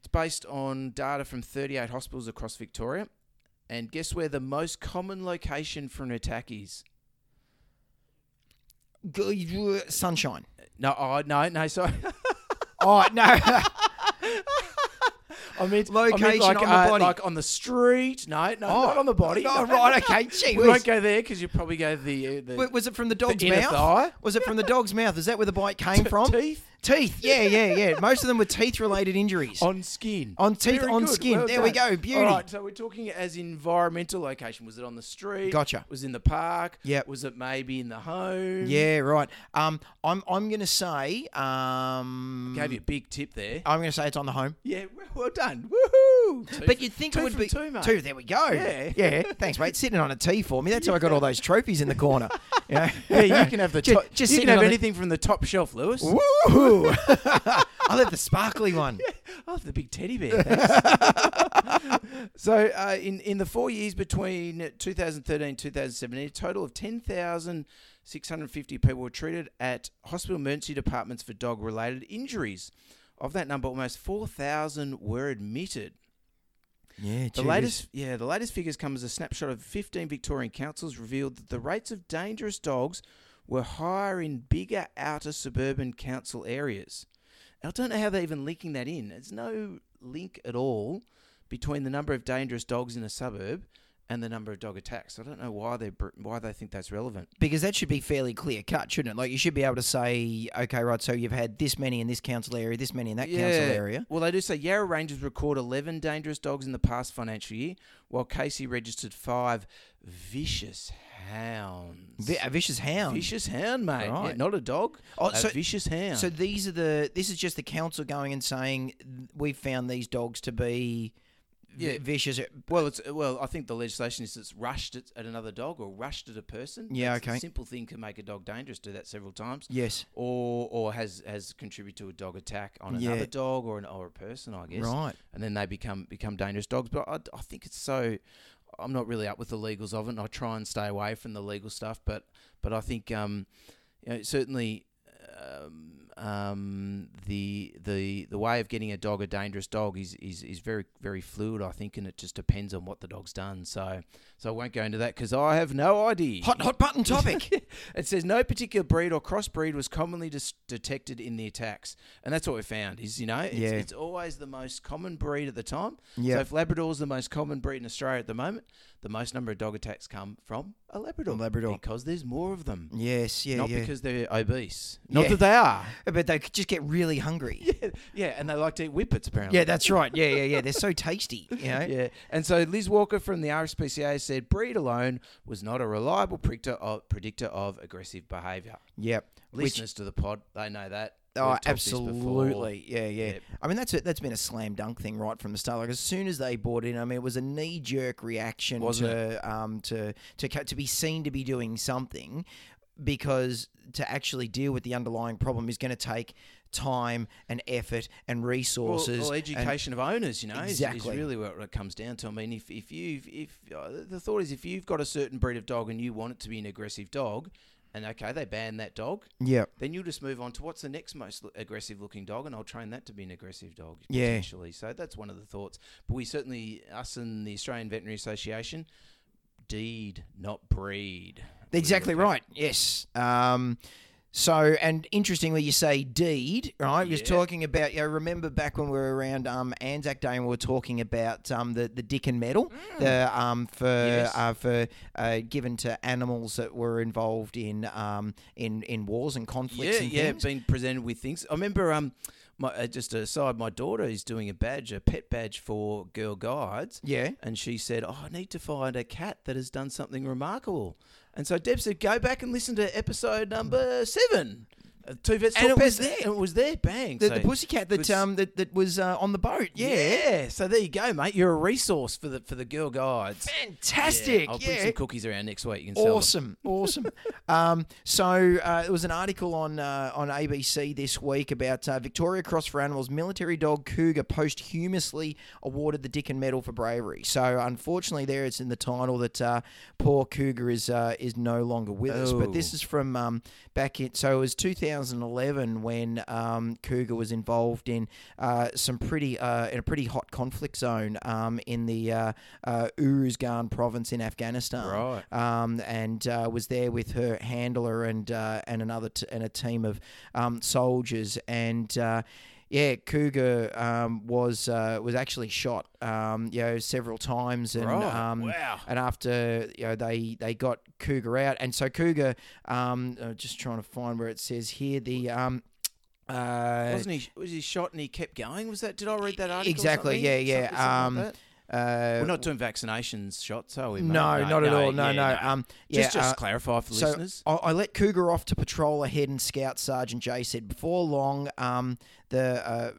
Speaker 3: it's based on data from 38 hospitals across Victoria. And guess where the most common location for an attack is?
Speaker 2: G- uh, Sunshine.
Speaker 3: No, oh, no, no, sorry.
Speaker 2: Oh no.
Speaker 3: I mean, I mean
Speaker 2: Location
Speaker 3: like,
Speaker 2: on the
Speaker 3: uh,
Speaker 2: body.
Speaker 3: like on the street. No, no,
Speaker 2: Oh.
Speaker 3: not on the body.
Speaker 2: oh right. Okay. Gee.
Speaker 3: We
Speaker 2: whiz.
Speaker 3: won't go there because you probably go the, uh, the
Speaker 2: W- Was it from the dog's
Speaker 3: inner
Speaker 2: mouth?
Speaker 3: thigh?
Speaker 2: Was it from the dog's mouth? Is that where the bite came from?
Speaker 3: teeth
Speaker 2: Teeth. Yeah, yeah, yeah. Most of them were teeth-related injuries.
Speaker 3: on skin.
Speaker 2: On teeth,
Speaker 3: Very
Speaker 2: on
Speaker 3: good.
Speaker 2: skin.
Speaker 3: Well
Speaker 2: There we
Speaker 3: done.
Speaker 2: go. Beauty.
Speaker 3: All right, so we're talking as environmental location. Was it on the street?
Speaker 2: Gotcha.
Speaker 3: Was it in the park?
Speaker 2: Yep.
Speaker 3: Was it maybe in the home?
Speaker 2: Yeah, right. Um, I'm I'm gonna say um,
Speaker 3: Gave you a big tip there.
Speaker 2: I'm gonna say it's on the home.
Speaker 3: Yeah, well, well done. Woohoo! Two
Speaker 2: But
Speaker 3: for-
Speaker 2: you'd think
Speaker 3: two
Speaker 2: it would
Speaker 3: from
Speaker 2: be
Speaker 3: two, mate.
Speaker 2: There we go.
Speaker 3: Yeah.
Speaker 2: yeah. Thanks, mate. Sitting on a tee for me. That's how I got all those trophies in the corner. Yeah,
Speaker 3: Yeah, you can have the
Speaker 2: Ju-
Speaker 3: top.
Speaker 2: just
Speaker 3: you
Speaker 2: sitting
Speaker 3: can have
Speaker 2: on the-
Speaker 3: anything from the top shelf, Lewis.
Speaker 2: Woo! I love the sparkly one.
Speaker 3: Oh, the big teddy bear. Thanks. so, uh, in in the four years between 2013 and 2017, a total of 10,650 people were treated at hospital emergency departments for dog related injuries. Of that number, almost 4,000 were admitted.
Speaker 2: Yeah,
Speaker 3: The latest, yeah, the latest figures come as a snapshot of 15 Victorian councils revealed that the rates of dangerous dogs were higher in bigger outer suburban council areas. And I don't know how they're even linking that in. There's no link at all between the number of dangerous dogs in a suburb and the number of dog attacks. I don't know why they br- why they think that's relevant.
Speaker 2: because that should be fairly clear cut, shouldn't it? Like you should be able to say, okay, right. So you've had this many in this council area, this many in that council area.
Speaker 3: Well, they do say Yarra Rangers record 11 dangerous dogs in the past financial year, while Casey registered five vicious hounds.
Speaker 2: Vi- A vicious hound.
Speaker 3: Vicious hound, mate. Yeah,
Speaker 2: Right.
Speaker 3: not a dog.
Speaker 2: Oh,
Speaker 3: a
Speaker 2: so-
Speaker 3: vicious hound.
Speaker 2: So these are the. This is just the council going and saying we've found these dogs to be vi-
Speaker 3: Yeah.
Speaker 2: vicious.
Speaker 3: well, it's well. I think the legislation is it's rushed at, at another dog or rushed at a person.
Speaker 2: Yeah,
Speaker 3: That's a
Speaker 2: okay.
Speaker 3: simple thing can make a dog dangerous. Do that several times,
Speaker 2: Yes.
Speaker 3: or or has has contributed to a dog attack on
Speaker 2: Yeah.
Speaker 3: another dog or an or a person, I guess.
Speaker 2: Right.
Speaker 3: And then they become become dangerous dogs. But I, I think it's so. I'm not really up with the legals of it, and I try and stay away from the legal stuff. But but I think um, you know, certainly um, um, the the the way of getting a dog a dangerous dog is, is is very very fluid, I think, and it just depends on what the dog's done. So so I won't go into that because I have no idea.
Speaker 2: Hot hot button topic.
Speaker 3: it says no particular breed or crossbreed was commonly dis- detected in the attacks, and that's what we found. Is you know it's,
Speaker 2: Yeah.
Speaker 3: it's always the most common breed at the time.
Speaker 2: Yeah.
Speaker 3: So if Labrador's the most common breed in Australia at the moment, the most number of dog attacks come from a Labrador.
Speaker 2: Labrador.
Speaker 3: because there's more of them.
Speaker 2: yes. Yeah.
Speaker 3: Not
Speaker 2: yeah.
Speaker 3: because they're obese.
Speaker 2: Yeah.
Speaker 3: Not that they are.
Speaker 2: but they could just get really hungry. Yeah.
Speaker 3: Yeah, and they like to eat whippets apparently.
Speaker 2: that's right. Yeah, yeah, yeah. They're so tasty. You know.
Speaker 3: Yeah, and so Liz Walker from the RSPCA said breed alone was not a reliable predictor of, predictor of aggressive behaviour.
Speaker 2: Yep. Which
Speaker 3: Listeners to the pod, they know that. We've
Speaker 2: Oh,
Speaker 3: talked this before.
Speaker 2: absolutely. Yeah, yeah.
Speaker 3: Yep.
Speaker 2: I mean, that's a, that's been a slam dunk thing right from the start. Like as soon as they bought in, I mean, it was a knee jerk reaction
Speaker 3: Wasn't
Speaker 2: to um to to ca- to be seen to be doing something because to actually deal with the underlying problem is going to take time and effort and
Speaker 3: Well,
Speaker 2: resources.
Speaker 3: well,
Speaker 2: and-
Speaker 3: education of owners, you know, is- is,
Speaker 2: Exactly.
Speaker 3: really what it comes down to. I mean, if if you if uh, the thought is if you've got a certain breed of dog and you want it to be an aggressive dog, and okay, they ban that dog,
Speaker 2: yeah.
Speaker 3: then you'll just move on to what's the next most l- aggressive looking dog, and I'll train that to be an aggressive dog
Speaker 2: Yeah.
Speaker 3: potentially. So that's one of the thoughts. But we certainly, us and the Australian Veterinary Association, deed not breed.
Speaker 2: Exactly right. Yes. Um, so, and interestingly, you say deed, right? You're
Speaker 3: Yeah.
Speaker 2: talking about, you know, remember back when we were around um, Anzac Day and we were talking about um, the, the Dick and Medal the, um, for,
Speaker 3: Mm. Yes.
Speaker 2: uh, for uh, given to animals that were involved in, um, in, in wars and conflicts
Speaker 3: Yeah,
Speaker 2: and
Speaker 3: yeah,
Speaker 2: things.
Speaker 3: being presented with things. I remember, um, my, uh, just aside, my daughter is doing a badge, a pet badge for girl guides.
Speaker 2: Yeah.
Speaker 3: And she said, Oh, I need to find a cat that has done something remarkable. And so Deb said, Go back and listen to episode number seven. Uh, two vets
Speaker 2: And
Speaker 3: Talk
Speaker 2: it was
Speaker 3: Pets,
Speaker 2: there.
Speaker 3: It was there. Bang.
Speaker 2: The,
Speaker 3: So-
Speaker 2: the pussycat that
Speaker 3: was-
Speaker 2: um that, that was uh, on the boat. Yeah.
Speaker 3: Yeah. So there you go, mate. You're a resource for the for the girl guides.
Speaker 2: Fantastic.
Speaker 3: I'll
Speaker 2: yeah.
Speaker 3: bring some cookies around next week. You can sell them.
Speaker 2: Awesome, awesome. um, so uh, there was an article on uh, on ABC this week about uh, Victoria Cross for Animals military dog Cougar posthumously awarded the Dickon Medal for bravery. So unfortunately, there it's in the title that uh, poor Cougar is uh, is no longer with us. But this is
Speaker 3: Oh.
Speaker 2: is from um, back in so it was 2011 when um, Cougar was involved in uh, some pretty uh, in a pretty hot conflict zone um, in the uh, uh, Uruzgan province in Afghanistan,
Speaker 3: Right.
Speaker 2: Um, and uh, was there with her handler and uh, and another t- and a team of um, soldiers and. Uh, yeah, Cougar um, was uh, was actually shot, um, you know, several times, and
Speaker 3: Right.
Speaker 2: um,
Speaker 3: Wow.
Speaker 2: and after you know they they got Cougar out, and so Cougar, um, uh, just trying to find where it says here the um, uh,
Speaker 3: Wasn't he? Was he shot and he kept going? Was that? Did I read that article? or
Speaker 2: exactly,
Speaker 3: something?
Speaker 2: yeah, yeah.
Speaker 3: Something- something like
Speaker 2: um,
Speaker 3: that?
Speaker 2: uh,
Speaker 3: We're not doing vaccinations shots, are we? mate?
Speaker 2: no, not at all. No,
Speaker 3: yeah,
Speaker 2: no. Um, yeah,
Speaker 3: just just
Speaker 2: uh,
Speaker 3: clarify for
Speaker 2: so
Speaker 3: listeners.
Speaker 2: I, I let Cougar off to patrol ahead, and Scout Sergeant Jay said before long, um, the uh,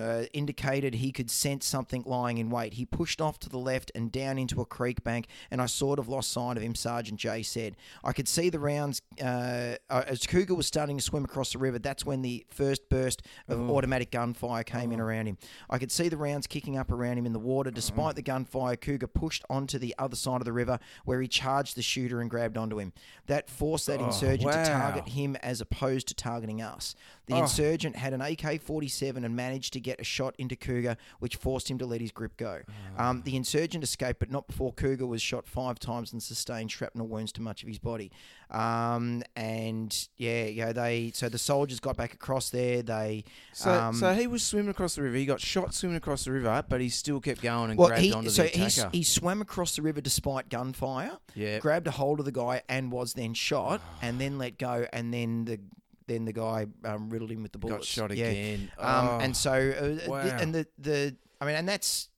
Speaker 2: uh, indicated he could sense something lying in wait. He pushed off to the left and down into a creek bank, and I sort of lost sight of him. Sergeant Jay said, "I could see the rounds uh, uh, as Cougar was starting to swim across the river. That's when the first burst of automatic gunfire came in around him. I could see the rounds kicking up around him in the water. Despite the gunfire, Cougar pushed onto the other side of the river, where he charged the shooter and grabbed onto him. That forced that insurgent
Speaker 3: wow.
Speaker 2: to target him as opposed to targeting us. The insurgent had an AK 47 and managed to get a shot into Cougar, which forced him to let his grip go. Um, the insurgent escaped, but not before Cougar was shot five times and sustained shrapnel wounds to much of his body. Um, and yeah, you know, they so the soldiers got back across there. They
Speaker 3: So,
Speaker 2: um,
Speaker 3: so he was swimming across the river. He got shot swimming across the river, but he still kept going and grabbed
Speaker 2: he,
Speaker 3: onto
Speaker 2: so
Speaker 3: the
Speaker 2: he s-
Speaker 3: attacker.
Speaker 2: he swam across the river despite gunfire.
Speaker 3: Yep.
Speaker 2: grabbed a hold of the guy and was then shot, and then let go, and then the then the guy um, riddled him with the
Speaker 3: got
Speaker 2: bullets.
Speaker 3: shot
Speaker 2: Yeah.
Speaker 3: again.
Speaker 2: Um,
Speaker 3: Oh.
Speaker 2: And so, uh,
Speaker 3: Wow.
Speaker 2: th- and the the I mean, and that's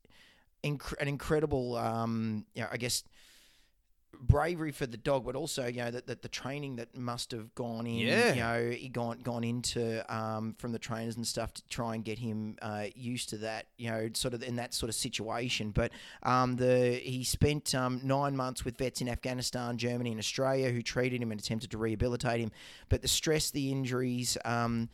Speaker 2: inc- an incredible, um, you know, I guess bravery for the dog, but also you know that the, the training that must have gone in,
Speaker 3: Yeah.
Speaker 2: you know, he gone gone into um, from the trainers and stuff to try and get him uh, used to that, you know, sort of in that sort of situation. But um, the he spent um, nine months with vets in Afghanistan, Germany, and Australia who treated him and attempted to rehabilitate him, but the stress, the injuries. Um,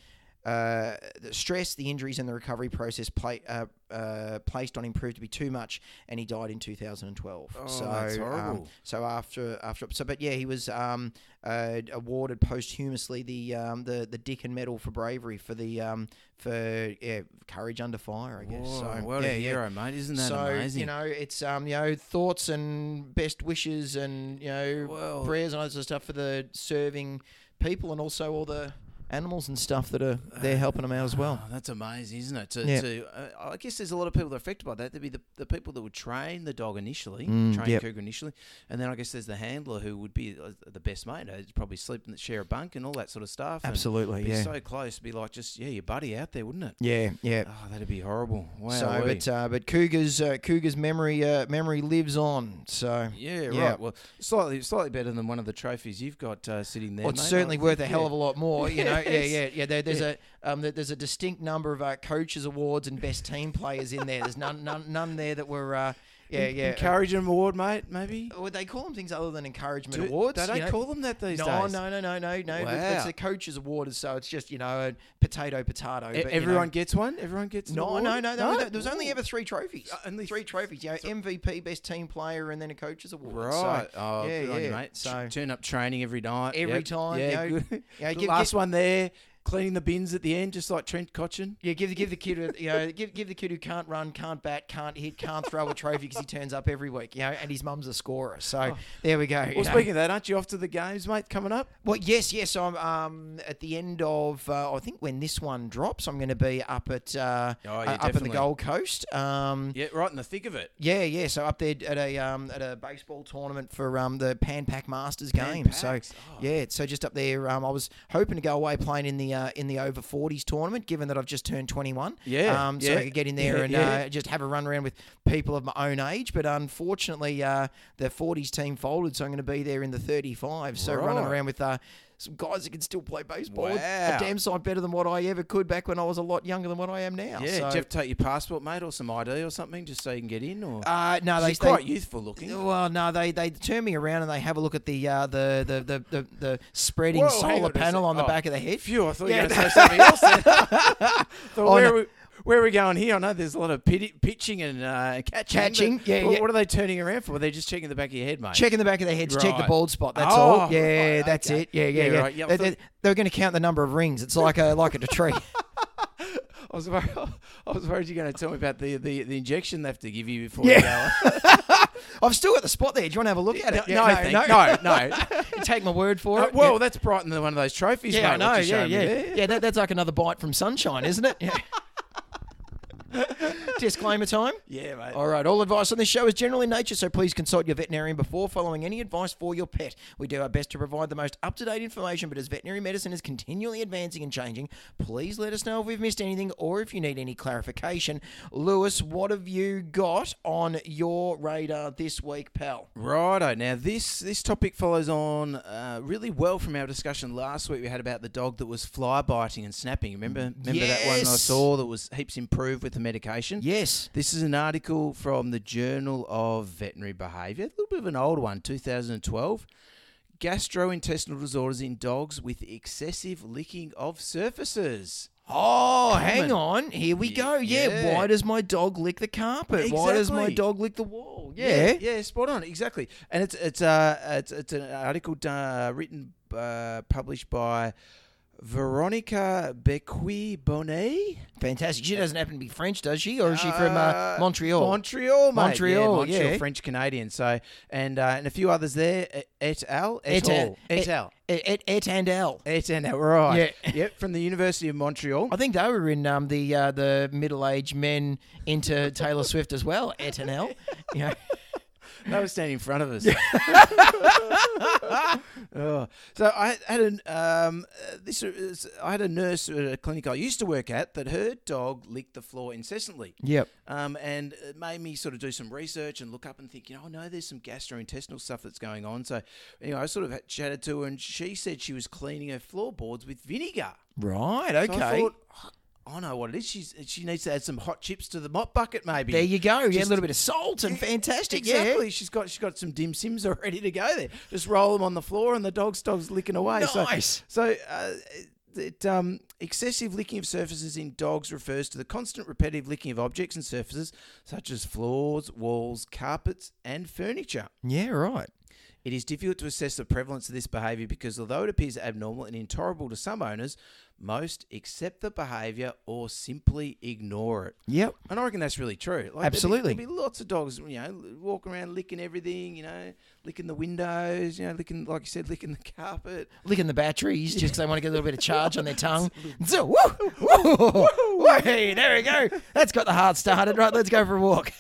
Speaker 2: uh, the stress, the injuries, and the recovery process play, uh, uh, placed on him proved to be too much, and he died in 2012.
Speaker 3: Oh,
Speaker 2: so
Speaker 3: that's
Speaker 2: um,
Speaker 3: horrible.
Speaker 2: so after after so, but yeah, he was um, uh, awarded posthumously the um, the the Dickon Medal for bravery for the um, for yeah, courage under fire. I guess.
Speaker 3: Whoa,
Speaker 2: so
Speaker 3: what
Speaker 2: yeah,
Speaker 3: a
Speaker 2: yeah.
Speaker 3: hero, mate! Isn't that
Speaker 2: So
Speaker 3: amazing?
Speaker 2: you know, it's um, you know thoughts and best wishes and you know
Speaker 3: Well-
Speaker 2: prayers and all that sort of stuff for the serving people and also all the animals and stuff that are there helping them out as well.
Speaker 3: Oh, that's amazing, isn't it? To,
Speaker 2: Yeah.
Speaker 3: to uh, I guess there's a lot of people that are affected by that. There'd be the, the people that would train the dog initially,
Speaker 2: Mm,
Speaker 3: train
Speaker 2: yep.
Speaker 3: Cougar initially, and then I guess there's the handler who would be uh, the best mate. They'd probably sleep and share a bunk and all that sort of stuff. and
Speaker 2: Absolutely,
Speaker 3: be so close, to be like just yeah, your buddy out there, wouldn't it?
Speaker 2: yeah, yeah.
Speaker 3: Oh, that'd be horrible. Wow. eh.
Speaker 2: so, but uh, but Cougar's uh, Cougar's memory uh, memory lives on. So
Speaker 3: yeah,
Speaker 2: yeah.
Speaker 3: right. Well, slightly slightly better than one of the trophies you've got uh, sitting there.
Speaker 2: Well, it's
Speaker 3: mate.
Speaker 2: certainly
Speaker 3: I-
Speaker 2: worth a
Speaker 3: yeah.
Speaker 2: hell of a lot more, you know. Yeah,
Speaker 3: Yes.
Speaker 2: yeah, yeah. There, there's a um, there- there's a distinct number of uh, coaches awards and best team players in there. There's none none, none there that were uh, yeah
Speaker 3: En-
Speaker 2: yeah.
Speaker 3: Encourage an award, mate. Maybe.
Speaker 2: Would they call them things other than encouragement
Speaker 3: Do-
Speaker 2: awards?
Speaker 3: They
Speaker 2: you
Speaker 3: don't
Speaker 2: know?
Speaker 3: call them that these
Speaker 2: no,
Speaker 3: days. E,
Speaker 2: no, no, no, no, no. But It's
Speaker 3: Wow.
Speaker 2: a coach's award, so it's just you know a potato potato.
Speaker 3: E-
Speaker 2: but, you know-
Speaker 3: everyone gets one. Everyone gets. an
Speaker 2: no,
Speaker 3: award?
Speaker 2: no, no, no, There was only
Speaker 3: Ooh.
Speaker 2: ever three trophies.
Speaker 3: Uh, only
Speaker 2: three trophies. You know, MVP, best team player, and then a coach's award. So,
Speaker 3: Right. oh,
Speaker 2: yeah,
Speaker 3: good on you,
Speaker 2: yeah.
Speaker 3: mate. Tr-
Speaker 2: So-
Speaker 3: Turn up training every night.
Speaker 2: Every
Speaker 3: Yep.
Speaker 2: time,
Speaker 3: Yeah.
Speaker 2: you know,
Speaker 3: good.
Speaker 2: you know,
Speaker 3: The
Speaker 2: give-
Speaker 3: last
Speaker 2: give-
Speaker 3: one there, cleaning the bins at the end, just like Trent Cotchin.
Speaker 2: Yeah, give give the kid a- you know give give the kid who can't run, can't bat, can't hit, can't throw a trophy because he turns up every week, you know, and his mum's a scorer. So there we go. you
Speaker 3: Oh. Well,
Speaker 2: know.
Speaker 3: speaking of that, aren't you off to the games, mate? Coming up.
Speaker 2: Well, yes, yes. I'm um, at the end of uh, I think when this one drops, I'm going to be up at uh,
Speaker 3: Oh, yeah,
Speaker 2: uh, up in
Speaker 3: definitely.
Speaker 2: the Gold Coast. Um,
Speaker 3: Yeah, right in the thick of it.
Speaker 2: yeah, yeah. So up there at a um, at a baseball tournament for um, the Pan Pac Masters game.
Speaker 3: Pacs,
Speaker 2: So
Speaker 3: oh.
Speaker 2: yeah, so just up there. Um, I was hoping to go away playing in the uh, in the over 40s tournament, given that I've just turned 21.
Speaker 3: Yeah,
Speaker 2: Um, so
Speaker 3: yeah,
Speaker 2: I could get in there
Speaker 3: yeah,
Speaker 2: and
Speaker 3: yeah.
Speaker 2: Uh, just have a run around with people of my own age. But unfortunately, uh, the 40s team folded, so I'm going to be there in the 35. So running
Speaker 3: Right.
Speaker 2: around with uh, some guys that can still play baseball. A-
Speaker 3: Wow.
Speaker 2: A damn sight better than what I ever could back when I was a lot younger than what I am now.
Speaker 3: Yeah,
Speaker 2: so,
Speaker 3: do you have to take your passport, mate, or some ID or something, just so you can get in? Or
Speaker 2: Uh, no, they
Speaker 3: she's quite
Speaker 2: they,
Speaker 3: youthful looking.
Speaker 2: Well, no, they they turn me around and they have a look at the uh, the, the, the the the spreading
Speaker 3: Whoa, hang
Speaker 2: solar
Speaker 3: on a
Speaker 2: panel
Speaker 3: sec.
Speaker 2: on the
Speaker 3: Oh.
Speaker 2: back of the head.
Speaker 3: Phew, I thought
Speaker 2: Yeah,
Speaker 3: you were going to say something else. then. Thought,
Speaker 2: Oh,
Speaker 3: where,
Speaker 2: no.
Speaker 3: are we, where are we going here? I know there's a lot of pit, pitching and uh, catching.
Speaker 2: Catching,
Speaker 3: but
Speaker 2: yeah,
Speaker 3: what,
Speaker 2: yeah.
Speaker 3: what are they turning around for? They're just checking the back of your head, mate.
Speaker 2: Checking the back of their head to check the
Speaker 3: Right.
Speaker 2: bald spot. That's
Speaker 3: Oh,
Speaker 2: all. Yeah,
Speaker 3: right,
Speaker 2: that's
Speaker 3: okay.
Speaker 2: it. Yeah, yeah,
Speaker 3: Yeah,
Speaker 2: yeah.
Speaker 3: right. Yeah, I
Speaker 2: they,
Speaker 3: thought-
Speaker 2: are going to count the number of rings. It's like a like a tree.
Speaker 3: I was worried, I was worried you're going to tell me about the, the, the injection they have to give you before
Speaker 2: Yeah.
Speaker 3: you go.
Speaker 2: I've still got the spot there. Do you want to have a look at
Speaker 3: No,
Speaker 2: it? Yeah,
Speaker 3: no, thank- no, no.
Speaker 2: You take my word for
Speaker 3: Uh,
Speaker 2: it.
Speaker 3: well,
Speaker 2: yeah.
Speaker 3: that's Brighton, one of those trophies,
Speaker 2: yeah, I
Speaker 3: mate, what
Speaker 2: know.
Speaker 3: you
Speaker 2: Yeah,
Speaker 3: showed me
Speaker 2: yeah,
Speaker 3: there.
Speaker 2: yeah. That, that's like another bite from sunshine, isn't it? Yeah. Disclaimer time.
Speaker 3: Yeah, mate.
Speaker 2: All right, all advice on this show is general in nature, so please consult your veterinarian before following any advice for your pet. We do our best to provide the most up to date information, but as veterinary medicine is continually advancing and changing, please let us know if we've missed anything or if you need any clarification. Lewis, what have you got on your radar this week, pal?
Speaker 3: Righto. Now this this topic follows on uh, really well from our discussion last week we had about the dog that was fly biting and snapping. Remember, remember that one I
Speaker 2: Yes.
Speaker 3: saw that was heaps improved with the medication.
Speaker 2: Yes.
Speaker 3: This is an article from the Journal of Veterinary Behaviour, a little bit of an old one, 2012. Gastrointestinal disorders in dogs with excessive licking of surfaces.
Speaker 2: Oh,
Speaker 3: Common.
Speaker 2: hang on. Here we go. Yeah.
Speaker 3: yeah.
Speaker 2: Why does my dog lick the carpet? Why does my
Speaker 3: Exactly.
Speaker 2: dog lick the wall?
Speaker 3: yeah,
Speaker 2: Yeah.
Speaker 3: yeah, spot on, exactly. And it's it's uh it's, it's an article done, written uh, published by Veronica Bequi Bonnet.
Speaker 2: Fantastic. She doesn't happen to be French, does she? Or is she from uh,
Speaker 3: Uh,
Speaker 2: Montreal?
Speaker 3: Montreal, mate.
Speaker 2: Montreal,
Speaker 3: yeah, Montreal,
Speaker 2: yeah.
Speaker 3: French Canadian. So and uh, and a few others there. E- Et al. Et,
Speaker 2: Et al.
Speaker 3: al. Et al.
Speaker 2: Et, et, et and L.
Speaker 3: Et al. Right.
Speaker 2: Yeah.
Speaker 3: Yep. From the University of Montreal.
Speaker 2: I think they were in um, the uh, the middle aged men into Taylor Swift as well, et and L. You know.
Speaker 3: They were standing in front of us. Oh. So I had an um, uh, this is, I had a nurse at a clinic I used to work at that her dog licked the floor incessantly.
Speaker 2: Yep.
Speaker 3: Um, and it made me sort of do some research and look up and think, you know, I know there's some gastrointestinal stuff that's going on. So anyway, I sort of had- chatted to her, and she said she was cleaning her floorboards with vinegar.
Speaker 2: Right,
Speaker 3: So
Speaker 2: okay.
Speaker 3: I thought, I know what it is. She's she needs to add some hot chips to the mop bucket, maybe.
Speaker 2: there you go. Yeah, a
Speaker 3: Just-
Speaker 2: little bit of salt and fantastic.
Speaker 3: Exactly. She's got she's got some dim sims already to go there. Just roll them on the floor, and the dog stops licking away. So-
Speaker 2: Nice.
Speaker 3: So. uh, it, um, excessive licking of surfaces in dogs refers to the constant repetitive licking of objects and surfaces such as floors, walls, carpets, and furniture.
Speaker 2: Yeah. Yeah, right.
Speaker 3: It is difficult to assess the prevalence of this behaviour because although it appears abnormal and intolerable to some owners, most accept the behaviour or simply ignore it.
Speaker 2: Yep.
Speaker 3: And I reckon that's really true. Like, there'd be-
Speaker 2: Absolutely.
Speaker 3: there'd be lots of dogs, you know, walking around licking everything, you know, licking the windows, you know, licking, like you said, licking the carpet.
Speaker 2: Licking the batteries just 'cause they want to get a little bit of charge on their tongue. So, woo, woo, woo, hey, there we go. That's got the heart started. Right, let's go for a walk.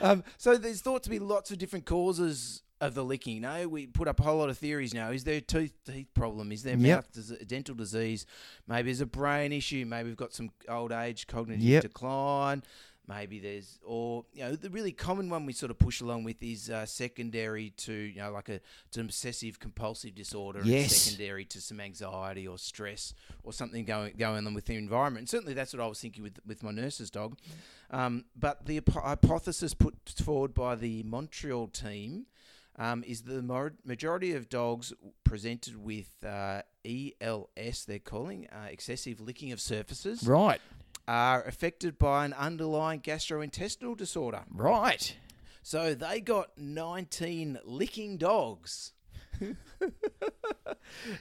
Speaker 3: Um, so there's thought to be lots of different causes of the licking. You know, we put up a whole lot of theories now. Is there a tooth teeth problem? Is there
Speaker 2: Yep.
Speaker 3: mouth dis- dental disease? Maybe there's a brain issue. Maybe we've got some old age cognitive
Speaker 2: Yep.
Speaker 3: decline. Maybe there's, or you know, the really common one we sort of push along with is uh, secondary to you know like a to an obsessive compulsive disorder. And
Speaker 2: Yes.
Speaker 3: secondary to some anxiety or stress or something going going on with the environment. Certainly, that's what I was thinking with with my nurse's dog. Um, but the hypo- hypothesis put forward by the Montreal team um, is the mor- majority of dogs presented with uh, ELS, they're calling uh, excessive licking of surfaces,
Speaker 2: Right,
Speaker 3: are affected by an underlying gastrointestinal disorder.
Speaker 2: right.
Speaker 3: So they got 19 licking dogs.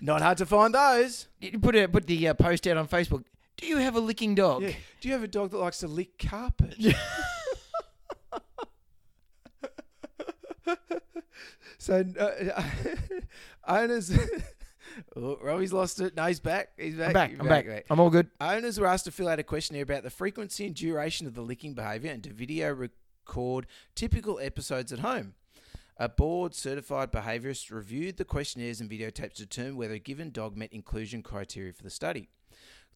Speaker 3: Not hard to find those.
Speaker 2: You put, a, put the uh, post out on Facebook. Do you have a licking dog?
Speaker 3: Do you have a dog that likes to lick carpet? so uh, owners, oh, Robbie's lost it. No, he's back. He's back.
Speaker 2: I'm back.
Speaker 3: You're
Speaker 2: I'm back.
Speaker 3: mate.
Speaker 2: I'm all good.
Speaker 3: Owners were asked to fill out a questionnaire about the frequency and duration of the licking behaviour and to video record typical episodes at home. A board certified behaviourist reviewed the questionnaires and videotapes to determine whether a given dog met inclusion criteria for the study.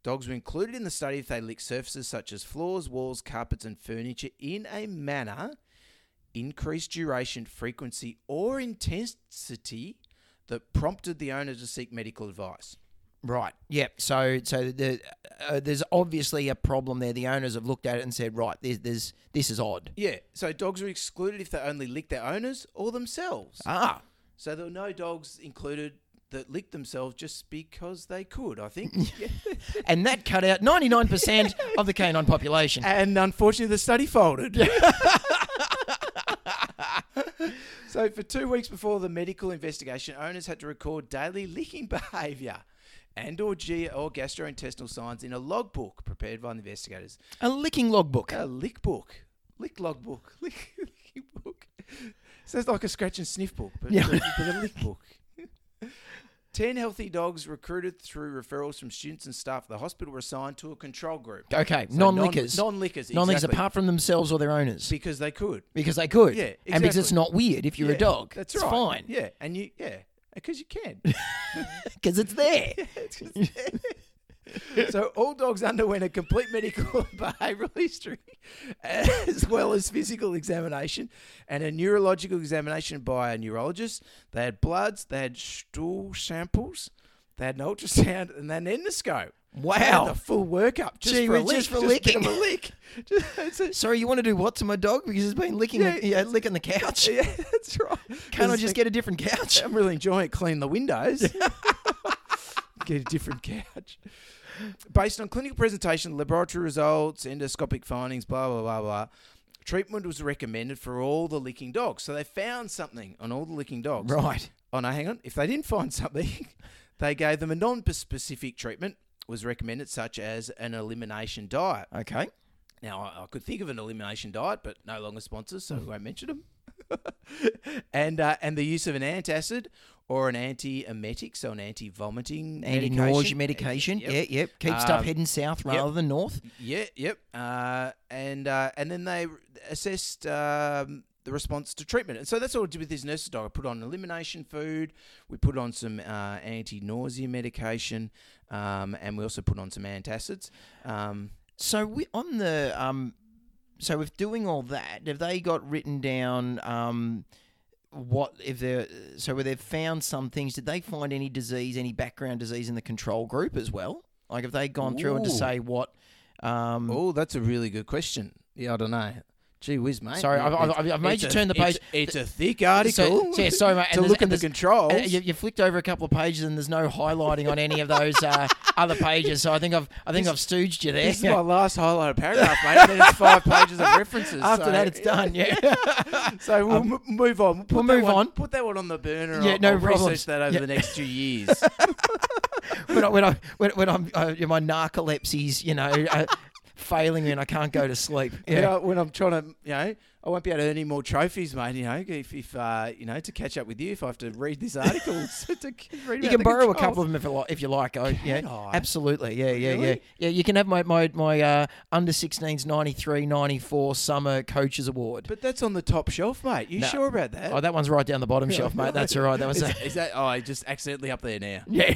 Speaker 3: Dogs were included in the study if they licked surfaces such as floors, walls, carpets, and furniture in a manner, increased duration, frequency, or intensity that prompted the owner to seek medical advice.
Speaker 2: Right. Yep. So so the, uh, there's obviously a problem there. The owners have looked at it and said, right, there's, there's this is odd.
Speaker 3: Yeah, so dogs are excluded if they only lick their owners or themselves.
Speaker 2: Ah.
Speaker 3: So there were no dogs included that licked themselves just because they could, I think. Yeah.
Speaker 2: And that cut out 99% of the canine population.
Speaker 3: And unfortunately, the study folded. so, for two weeks before the medical investigation, owners had to record daily licking behaviour and/or G or gastrointestinal signs in a logbook prepared by the investigators.
Speaker 2: A licking logbook.
Speaker 3: A lick book, lick logbook, lick licking book. Sounds like a scratch and sniff book, but,
Speaker 2: Yeah.
Speaker 3: but, but a lick book. Ten healthy dogs recruited through referrals from students and staff at the hospital were assigned to a control group.
Speaker 2: Okay.
Speaker 3: So
Speaker 2: non lickers.
Speaker 3: non lickers,
Speaker 2: Non lickers
Speaker 3: exactly.
Speaker 2: apart from themselves or their owners.
Speaker 3: because they could.
Speaker 2: because they could.
Speaker 3: Yeah,
Speaker 2: And because
Speaker 3: exactly.
Speaker 2: it's not weird if you're
Speaker 3: Yeah,
Speaker 2: a dog.
Speaker 3: That's
Speaker 2: it's
Speaker 3: right.
Speaker 2: fine.
Speaker 3: Yeah, and you yeah because you can.
Speaker 2: Because it's there.
Speaker 3: It's just- so all dogs underwent a complete medical and behavioural history, as well as physical examination and a neurological examination by a neurologist. They had bloods, they had stool samples, they had an ultrasound, and then endoscope.
Speaker 2: Wow.
Speaker 3: They had a full workup just
Speaker 2: Gee
Speaker 3: for a
Speaker 2: whiz,
Speaker 3: lick,
Speaker 2: just for
Speaker 3: a bit of a
Speaker 2: licking.
Speaker 3: lick. Just- it's
Speaker 2: Sorry, you want to do what to my dog? Because it's been licking,
Speaker 3: Yeah.
Speaker 2: the, yeah, licking the couch.
Speaker 3: a- yeah, that's right.
Speaker 2: Can't I
Speaker 3: It's
Speaker 2: just
Speaker 3: like-
Speaker 2: get a different couch?
Speaker 3: I'm really enjoying it. Clean the windows. Get a different couch. Based on clinical presentation, laboratory results, endoscopic findings, blah, blah, blah, blah. Treatment was recommended for all the licking dogs. So they found something on all the licking dogs.
Speaker 2: Right.
Speaker 3: Oh, no, hang on. If they didn't find something, they gave them a non specific treatment was recommended, such as an elimination diet.
Speaker 2: Okay.
Speaker 3: Now, I, I could think of an elimination diet, but no longer sponsors,
Speaker 2: Hmm.
Speaker 3: so I won't mention them. and uh, and the use of an antacid or an antiemetic, so an anti-vomiting
Speaker 2: Anti nausea medication.
Speaker 3: medication. Yep.
Speaker 2: Yeah, yep. Keep stuff
Speaker 3: Um,
Speaker 2: heading south rather than north.
Speaker 3: Yeah, yep. Uh, and uh, and then they assessed um, the response to treatment. And so that's all I did with this nurse's dog. I put on elimination food, we put on some uh, anti-nausea medication, um, and we also put on some antacids. Um,
Speaker 2: So we on the um, so with doing all that, have they got written down um, what if they so where they've found some things? Did they find any disease, any background disease in the control group as well? Like have they gone through and to
Speaker 3: Ooh.
Speaker 2: say what? Um,
Speaker 3: Oh, that's a really good question. Yeah, I don't know. Gee whiz, mate.
Speaker 2: Sorry,
Speaker 3: Yeah,
Speaker 2: I've- I've-
Speaker 3: it's-
Speaker 2: I've- I've made
Speaker 3: it's
Speaker 2: you
Speaker 3: a-
Speaker 2: turn the page.
Speaker 3: It's, it's a thick article.
Speaker 2: so, yeah, sorry, mate. And
Speaker 3: to
Speaker 2: there's-
Speaker 3: look at
Speaker 2: and
Speaker 3: the
Speaker 2: there's-
Speaker 3: controls.
Speaker 2: Uh, You, you flicked over a couple of pages and there's no highlighting on any of those uh, other pages. So I think I've I think I've stooged you there.
Speaker 3: this is my last highlighted paragraph, mate. And then it's five pages of references.
Speaker 2: After
Speaker 3: so-
Speaker 2: that, it's done. Yeah.
Speaker 3: So we'll m- move on. We'll, put
Speaker 2: we'll
Speaker 3: that
Speaker 2: move
Speaker 3: one-
Speaker 2: on.
Speaker 3: Put that one on the burner.
Speaker 2: Yeah,
Speaker 3: I'll,
Speaker 2: no
Speaker 3: I'll
Speaker 2: problems.
Speaker 3: research that over
Speaker 2: Yeah.
Speaker 3: the next two years.
Speaker 2: when I when I when, when I'm uh, my narcolepsy's you know uh, failing me and I can't go to sleep.
Speaker 3: yeah.
Speaker 2: Yeah.
Speaker 3: when I'm trying to, you know, I won't be able to earn any more trophies, mate. You know, if, if uh, you know, to catch up with you, if I have to read this article, to read
Speaker 2: You can
Speaker 3: about the
Speaker 2: borrow a
Speaker 3: controls.
Speaker 2: couple of them if you like. If you like, oh, yeah,
Speaker 3: I?
Speaker 2: absolutely, yeah, yeah, yeah,
Speaker 3: Really?
Speaker 2: yeah. You can have my my my uh, under 16s 93 94 summer coaches award.
Speaker 3: But that's on the top shelf, mate. You
Speaker 2: No.
Speaker 3: sure about that?
Speaker 2: oh, that one's right down the bottom shelf, mate. That's all right. That was
Speaker 3: Is,
Speaker 2: a,
Speaker 3: is that? Oh, I just accidentally up there now.
Speaker 2: yeah.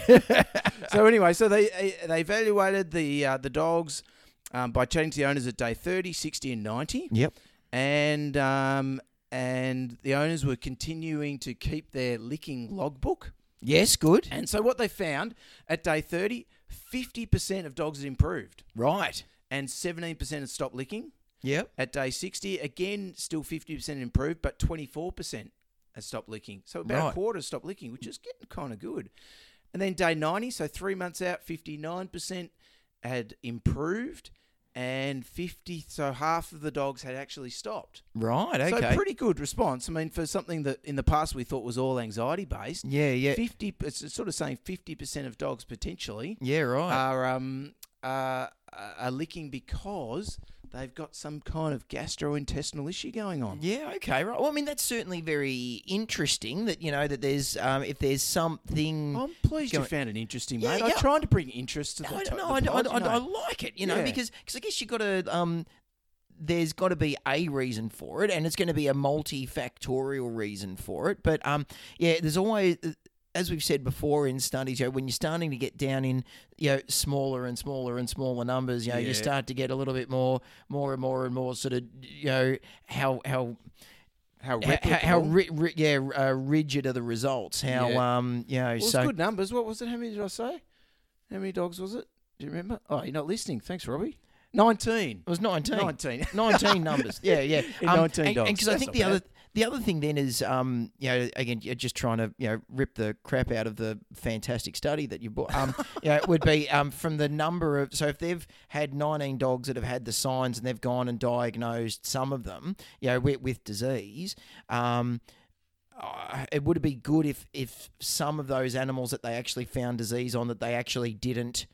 Speaker 3: so anyway, so they they evaluated the uh, the dogs um, by chatting to the owners at day 30, 60, and ninety,
Speaker 2: yep.
Speaker 3: and um, and the owners were continuing to keep their licking logbook.
Speaker 2: Yes. Good.
Speaker 3: And so what they found at day 30, 50 percent of dogs had improved,
Speaker 2: Right.
Speaker 3: and seventeen percent had stopped licking.
Speaker 2: Yep.
Speaker 3: At day 60, again, still 50% improved, but 24% had stopped licking. So about
Speaker 2: Right.
Speaker 3: a quarter stopped licking, which is getting kind of good. And then day 90, so three months out, 59% had improved, and 50, so half of the dogs had actually stopped.
Speaker 2: Right. Okay.
Speaker 3: So pretty good response. I mean, for something that in the past we thought was all anxiety based,
Speaker 2: yeah. Yeah.
Speaker 3: 50, it's it's sort of saying 50% of dogs potentially
Speaker 2: Yeah. Right.
Speaker 3: are um uh, are licking because they've got some kind of gastrointestinal issue going on.
Speaker 2: Yeah, okay, right. Well, I mean, that's certainly very interesting that, you know, that there's, um, if there's something.
Speaker 3: I'm pleased Um, you
Speaker 2: Going-
Speaker 3: found it interesting,
Speaker 2: Yeah,
Speaker 3: mate.
Speaker 2: yeah.
Speaker 3: I'm trying to bring interest to the
Speaker 2: No, I,
Speaker 3: to-
Speaker 2: don't know,
Speaker 3: the
Speaker 2: I, don't- I,
Speaker 3: pod,
Speaker 2: don't-
Speaker 3: you
Speaker 2: I don't- I
Speaker 3: know.
Speaker 2: like it, you know,
Speaker 3: Yeah.
Speaker 2: because cause I guess you got to, um, there's got to be a reason for it, and it's going to be a multifactorial reason for it. But, um, yeah, there's always. uh, As we've said before in studies, you know, when you're starting to get down in you know smaller and smaller and smaller numbers, you know, you
Speaker 3: Yeah.
Speaker 2: start to get a little bit more, more and more and more sort of you know how how How,
Speaker 3: how replicable.
Speaker 2: how, how ri- ri- yeah, uh, rigid are the results? How
Speaker 3: Yeah.
Speaker 2: um, you know,
Speaker 3: Well, it's
Speaker 2: so
Speaker 3: good numbers. What was it? How many did I say? How many dogs was it? Do you remember? Oh, you're not listening. Thanks, Robbie. Oh, Nineteen.
Speaker 2: it was nineteen.
Speaker 3: 19.
Speaker 2: 19 numbers. Yeah, yeah. Um,
Speaker 3: In 19 dogs.
Speaker 2: Because I
Speaker 3: That's
Speaker 2: think
Speaker 3: not
Speaker 2: the
Speaker 3: bad.
Speaker 2: other the other thing then is, um, you know, again, you're just trying to you know rip the crap out of the fantastic study that you bought. Um, you know, it would be um from the number of so if they've had 19 dogs that have had the signs and they've gone and diagnosed some of them, you know, with, with disease, um. Uh, it would be good if, if some of those animals that they actually found disease on that they actually didn't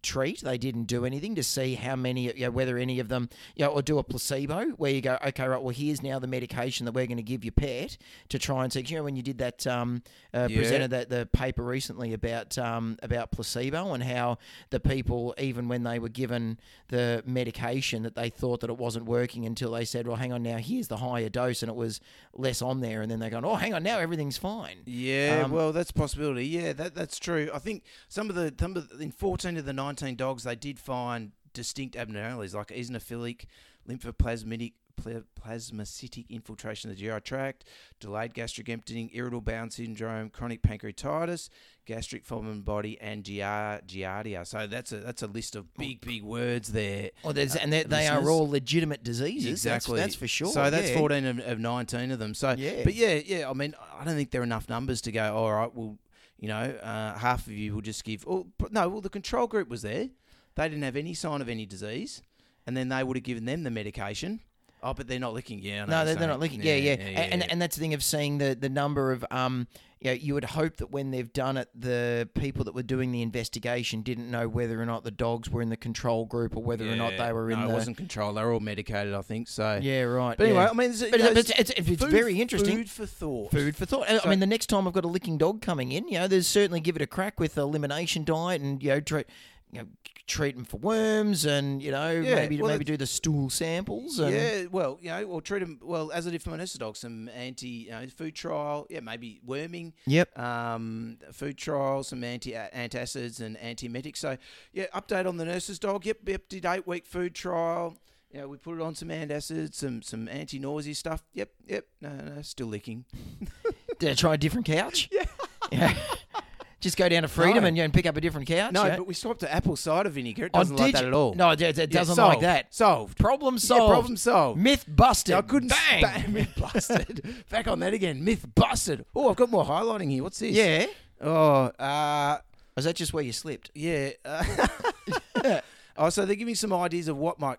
Speaker 2: treat. They didn't do anything to see how many, you know, whether any of them, you know, or do a placebo where you go, okay, right, well, here's now the medication that we're going to give your pet to try and see. 'cause, You know, when you did that, um, uh,
Speaker 3: Yeah.
Speaker 2: presented that the paper recently about um, about placebo and how the people, even when they were given the medication, that they thought that it wasn't working until they said, well, hang on, now here's the higher dose, and it was less on there, and then they're going, oh, hang on, now everything's fine.
Speaker 3: Yeah,
Speaker 2: Um,
Speaker 3: well, that's a possibility. Yeah, that that's true. I think some of the some of the, in fourteen of the nineteen dogs, they did find distinct abnormalities like eosinophilic, lymphoplasmidic. pla- Plasmacytic infiltration of the GI tract, delayed gastric emptying, irritable bowel syndrome, chronic pancreatitis, gastric foramen body, and giar- giardia. So that's a that's a list of big big words there.
Speaker 2: Or there's, and they, they are
Speaker 3: listeners?
Speaker 2: all legitimate diseases.
Speaker 3: Uh, Exactly,
Speaker 2: That's, that's for sure.
Speaker 3: So that's
Speaker 2: yeah.
Speaker 3: fourteen of, of nineteen of them. So,
Speaker 2: Yeah.
Speaker 3: but yeah, yeah. I mean, I don't think there are enough numbers to go. All right, well, you know, uh, half of you will just give. Oh, but no, well, the control group was there. They didn't have any sign of any disease, and then they would have given them the medication. Oh, but they're not licking. Yeah,
Speaker 2: No,
Speaker 3: I know what
Speaker 2: they're,
Speaker 3: you're
Speaker 2: they're not
Speaker 3: saying.
Speaker 2: linking. Yeah, yeah,
Speaker 3: yeah,
Speaker 2: And,
Speaker 3: yeah.
Speaker 2: and that's the thing of seeing the the number of um. You, know, you would hope that when they've done it, the people that were doing the investigation didn't know whether or not the dogs were in the control group or whether or not
Speaker 3: Yeah.
Speaker 2: they were in
Speaker 3: No,
Speaker 2: the.
Speaker 3: it wasn't control. They were all medicated, I think. So
Speaker 2: Yeah, right.
Speaker 3: But anyway,
Speaker 2: yeah.
Speaker 3: I mean, it's,
Speaker 2: But- but it's- it's- it's very interesting.
Speaker 3: Food for thought.
Speaker 2: food for thought. And, I
Speaker 3: So-
Speaker 2: mean, the next time I've got a licking dog coming in, you know, there's certainly give it a crack with the elimination diet and you know treat. You know, treat them for worms, and you know
Speaker 3: Yeah,
Speaker 2: maybe
Speaker 3: well,
Speaker 2: maybe do the stool samples. And,
Speaker 3: yeah, well, you know, or treat them well as I did for my nurse's dog, some anti you know, food trial, yeah, maybe worming,
Speaker 2: Yep.
Speaker 3: um, food trial, some anti uh, antacids and antiemetics. So yeah, update on the nurse's dog. Yep, yep, did eight week food trial. Yeah, we put it on some antacids, some some anti nausea stuff. Yep, yep. No, no, still licking.
Speaker 2: Did I try a different couch? Yeah. Just go down to Freedom
Speaker 3: No.
Speaker 2: and, you know, and pick up a different couch.
Speaker 3: No,
Speaker 2: yeah?
Speaker 3: but we swapped to apple cider vinegar. It
Speaker 2: Oh,
Speaker 3: doesn't like
Speaker 2: did
Speaker 3: that
Speaker 2: you-
Speaker 3: at all.
Speaker 2: No, it, it it
Speaker 3: Yeah,
Speaker 2: doesn't like
Speaker 3: solved.
Speaker 2: that.
Speaker 3: Solved.
Speaker 2: Problem
Speaker 3: Yeah,
Speaker 2: solved.
Speaker 3: problem solved.
Speaker 2: Myth busted.
Speaker 3: I couldn't
Speaker 2: Bang.
Speaker 3: stand myth busted. Back on that again. Myth busted. Oh, I've got more highlighting here. What's this?
Speaker 2: Yeah.
Speaker 3: Oh, uh,
Speaker 2: Is that just where you slipped?
Speaker 3: yeah. Uh, oh, so they're giving some ideas of what might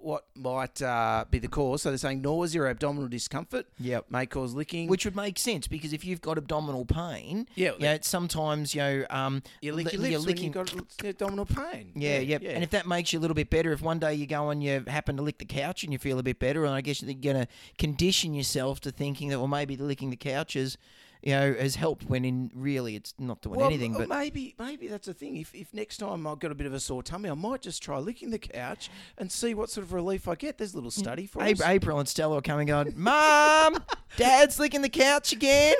Speaker 3: what might uh, be the cause. So they're saying nausea or abdominal discomfort.
Speaker 2: Yep.
Speaker 3: May cause licking.
Speaker 2: Which would make sense because if you've got abdominal pain,
Speaker 3: Yeah,
Speaker 2: you know, it's sometimes you know, um,
Speaker 3: you lick your
Speaker 2: li- you're
Speaker 3: lips when
Speaker 2: licking.
Speaker 3: you've got abdominal pain.
Speaker 2: yeah, yep. And if that makes you a little bit better, if one day you go and you happen to lick the couch and you feel a bit better, and I guess you're going to condition yourself to thinking that well maybe licking the couch is, you know, has helped when in really it's not doing
Speaker 3: well,
Speaker 2: anything.
Speaker 3: m-
Speaker 2: But
Speaker 3: maybe maybe that's the thing. If, if next time I've got a bit of a sore tummy, I might just try licking the couch and see what sort of relief I get. There's a
Speaker 2: Mm.
Speaker 3: little study for us.
Speaker 2: Ab- April and Stella are coming on. Mom, Dad's licking the couch again.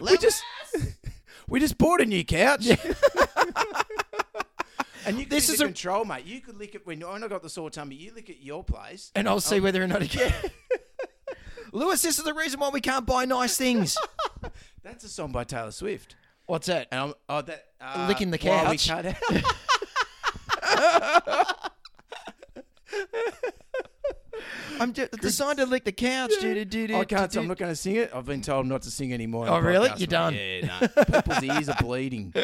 Speaker 3: we just we just bought a new couch. and you
Speaker 2: This
Speaker 3: this is
Speaker 2: is a-
Speaker 3: control, mate. You could lick it when when I got the sore tummy. You lick it at your place.
Speaker 2: and I'll see whether or not again. Lewis, this is the reason why we can't buy nice things.
Speaker 3: That's a song by Taylor Swift.
Speaker 2: What's that?
Speaker 3: And I'm oh that uh,
Speaker 2: Licking the
Speaker 3: why we
Speaker 2: couch.
Speaker 3: cut
Speaker 2: I'm ju- decided to lick the couch. Do, do, do,
Speaker 3: out- I can't.
Speaker 2: do,
Speaker 3: I'm not going to sing it. I've been told not to sing anymore. in
Speaker 2: Oh,
Speaker 3: the
Speaker 2: really?
Speaker 3: podcast,
Speaker 2: You're
Speaker 3: mate.
Speaker 2: done.
Speaker 3: Yeah, no. People's ears are bleeding.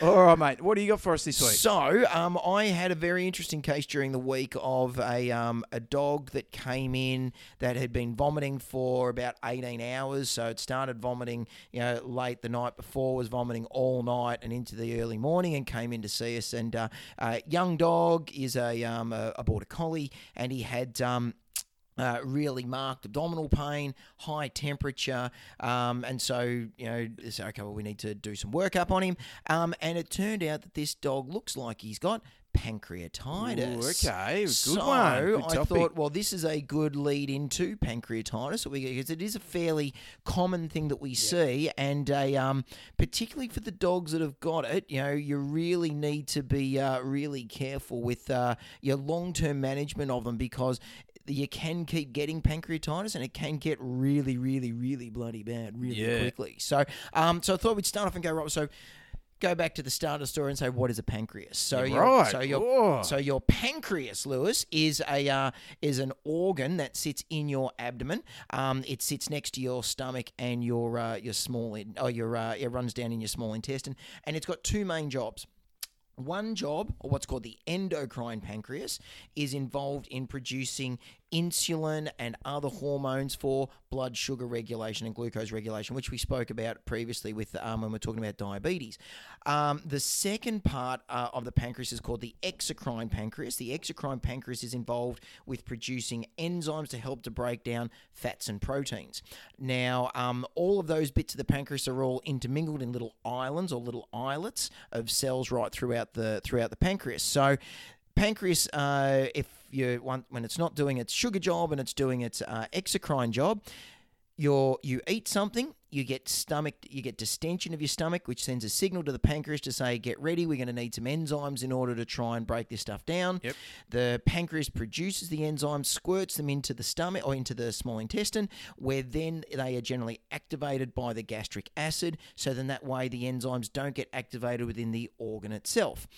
Speaker 3: All right, mate. What do you got for us this week?
Speaker 2: So, um, I had a very interesting case during the week of a um, a dog that came in that had been vomiting for about 18 hours. So it started vomiting, you know, late the night before, was vomiting all night and into the early morning, and came in to see us. And uh, uh, young dog is a um, a, a border collie, and he had. Um, uh, really marked abdominal pain, high temperature, um, and so you know, they say, okay, well, we need to do some workup on him. Um, and it turned out that this dog looks like he's got pancreatitis.
Speaker 3: Ooh, okay, good
Speaker 2: so
Speaker 3: one, good
Speaker 2: I
Speaker 3: topic.
Speaker 2: thought, well, this is a good lead into pancreatitis that we because it is a fairly common thing that we see, and a um, particularly for the dogs that have got it, you know, you really need to be uh, really careful with uh, your long term management of them because you can keep getting pancreatitis and it can get really, really, really bloody bad really
Speaker 3: Yeah.
Speaker 2: quickly. So, um, so I thought we'd start off and go right. So, go back to the start of the story and say what is a pancreas. So, your-
Speaker 3: right.
Speaker 2: So your
Speaker 3: Whoa.
Speaker 2: so your pancreas, Lewis, is a uh, is an organ that sits in your abdomen. Um, it sits next to your stomach and your uh, your small in, oh your uh, it runs down in your small intestine, and it's got two main jobs. One job, or what's called the endocrine pancreas, is involved in producing insulin and other hormones for blood sugar regulation and glucose regulation, which we spoke about previously with um, when we we're talking about diabetes. Um, the second part uh, of the pancreas is called the exocrine pancreas. The exocrine pancreas is involved with producing enzymes to help to break down fats and proteins. Now, um, all of those bits of the pancreas are all intermingled in little islands or little islets of cells right throughout the throughout the pancreas. So, pancreas, uh, if you want, when it's not doing its sugar job and it's doing its uh, exocrine job, you're, you eat something, you get stomach, you get distension of your stomach, which sends a signal to the pancreas to say, "Get ready, we're going to need some enzymes in order to try and break this stuff down."
Speaker 3: Yep.
Speaker 2: The pancreas produces the enzymes, squirts them into the stomach or into the small intestine, where then they are generally activated by the gastric acid. So then that way, the enzymes don't get activated within the organ itself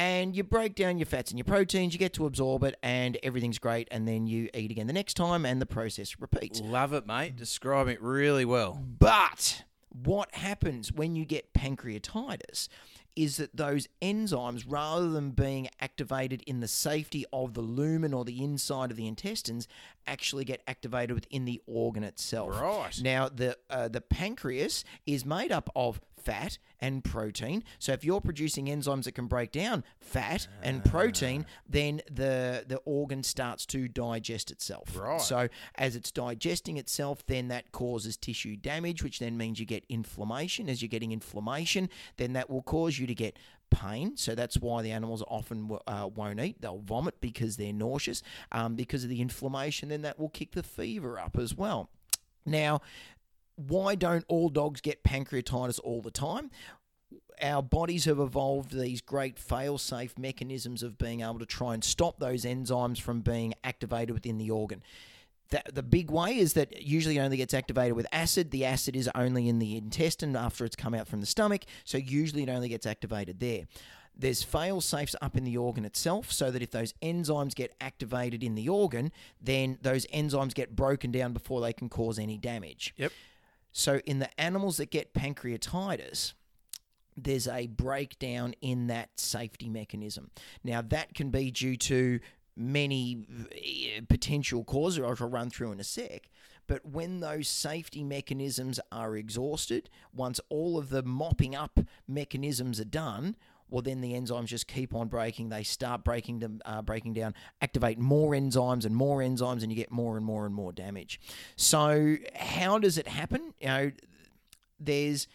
Speaker 2: and you break down your fats and your proteins, you get to absorb it, and everything's great. And then you eat again the next time, and the process repeats.
Speaker 3: Love it, mate. Describe it really well.
Speaker 2: But what happens when you get pancreatitis is that those enzymes, rather than being activated in the safety of the lumen or the inside of the intestines, actually get activated within the organ itself.
Speaker 3: Right.
Speaker 2: Now, the uh, the pancreas is made up of fat and protein. So if you're producing enzymes that can break down fat and protein, then the the organ starts to digest itself.
Speaker 3: Right.
Speaker 2: So as it's digesting itself, then that causes tissue damage, which then means you get inflammation. As you're getting inflammation, then that will cause you to get pain. So that's why the animals often wo- uh, won't eat. They'll vomit because they're nauseous. Um, because of the inflammation, then that will kick the fever up as well. Now, why don't all dogs get pancreatitis all the time? Our bodies have evolved these great fail safe mechanisms of being able to try and stop those enzymes from being activated within the organ. That, the big way is that it usually only gets activated with acid. The acid is only in the intestine after it's come out from the stomach, so usually it only gets activated there. There's fail safes up in the organ itself, so that if those enzymes get activated in the organ, then those enzymes get broken down before they can cause any damage.
Speaker 3: Yep.
Speaker 2: So in the animals that get pancreatitis, there's a breakdown in that safety mechanism. Now that can be due to many eh, potential causes, which I'll run through in a sec. But when those safety mechanisms are exhausted, once all of the mopping up mechanisms are done, well, then the enzymes just keep on breaking. They start breaking them, uh, breaking down, activate more enzymes and more enzymes, and you get more and more and more damage. So, how does it happen? You know, there's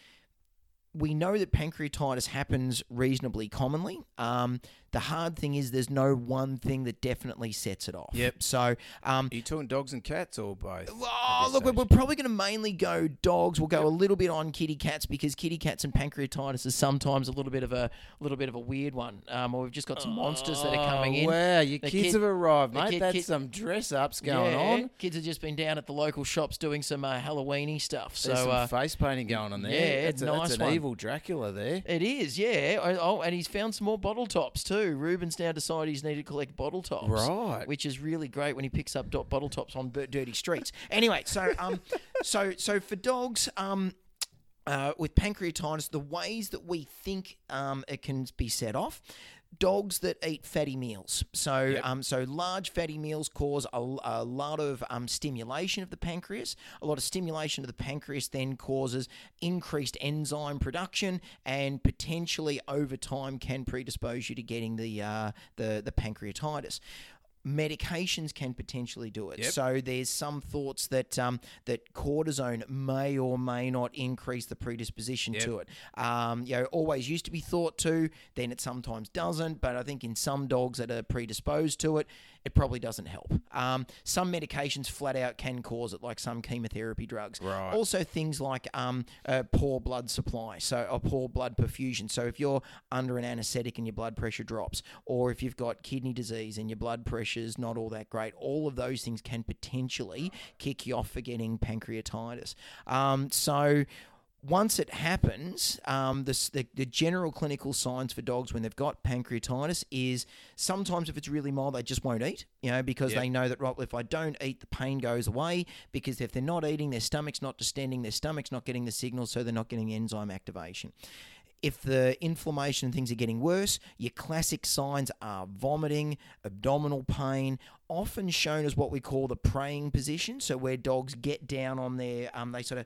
Speaker 2: we know that pancreatitis happens reasonably commonly. Um, the hard thing is there's no one thing that definitely sets it off.
Speaker 3: Yep.
Speaker 2: So, um,
Speaker 3: Are you talking dogs and cats or both?
Speaker 2: Oh, look, we're, we're probably going to mainly go dogs. We'll go a little bit on kitty cats because kitty cats and pancreatitis is sometimes a little bit of a little bit of a weird one. Um, or we've just got some monsters that
Speaker 3: Ah,
Speaker 2: are coming in.
Speaker 3: Wow, your
Speaker 2: The
Speaker 3: kids
Speaker 2: kid-
Speaker 3: have arrived,
Speaker 2: the
Speaker 3: mate.
Speaker 2: kid-
Speaker 3: That's
Speaker 2: kid-
Speaker 3: some dress ups going
Speaker 2: Yeah,
Speaker 3: on.
Speaker 2: Kids have just been down at the local shops doing some uh, Halloweeny stuff. So
Speaker 3: There's some
Speaker 2: uh,
Speaker 3: face painting going on there.
Speaker 2: yeah,
Speaker 3: that's, a,
Speaker 2: nice
Speaker 3: that's an
Speaker 2: one.
Speaker 3: evil Dracula there.
Speaker 2: it is, yeah. Oh, Oh, and he's found some more bottle tops too. Ruben's now decided he's needed to collect bottle tops,
Speaker 3: Right.
Speaker 2: Which is really great when he picks up dot bottle tops on b- dirty streets. Anyway, so um, so so for dogs, um, uh, with pancreatitis, the ways that we think um, it can be set off. Dogs that eat fatty meals, so um, so large fatty meals cause a, a lot of um, stimulation of the pancreas. A lot of stimulation of the pancreas then causes increased enzyme production, and potentially over time can predispose you to getting the uh, the the pancreatitis medications can potentially do it. So there's some thoughts that um, that cortisone may or may not increase the predisposition to it. Um, you know, always used to be thought to, then it sometimes doesn't. But I think in some dogs that are predisposed to it, it probably doesn't help. Um, some medications flat out can cause it, like some chemotherapy drugs.
Speaker 3: Right.
Speaker 2: Also, things like um, uh, poor blood supply, so or poor blood perfusion. So if you're under an anaesthetic and your blood pressure drops, or if you've got kidney disease and your blood pressure's not all that great, all of those things can potentially kick you off for getting pancreatitis. Um, so once it happens, um, the, s- the, the general clinical signs for dogs when they've got pancreatitis is sometimes if it's really mild, they just won't eat, you know, because they know that, right, well, if I don't eat, the pain goes away. Because if they're not eating, their stomach's not distending, their stomach's not getting the signal, so they're not getting the enzyme activation. If the inflammation and things are getting worse, your classic signs are vomiting, abdominal pain, often shown as what we call the praying position. So where dogs get down on their, um, they sort of,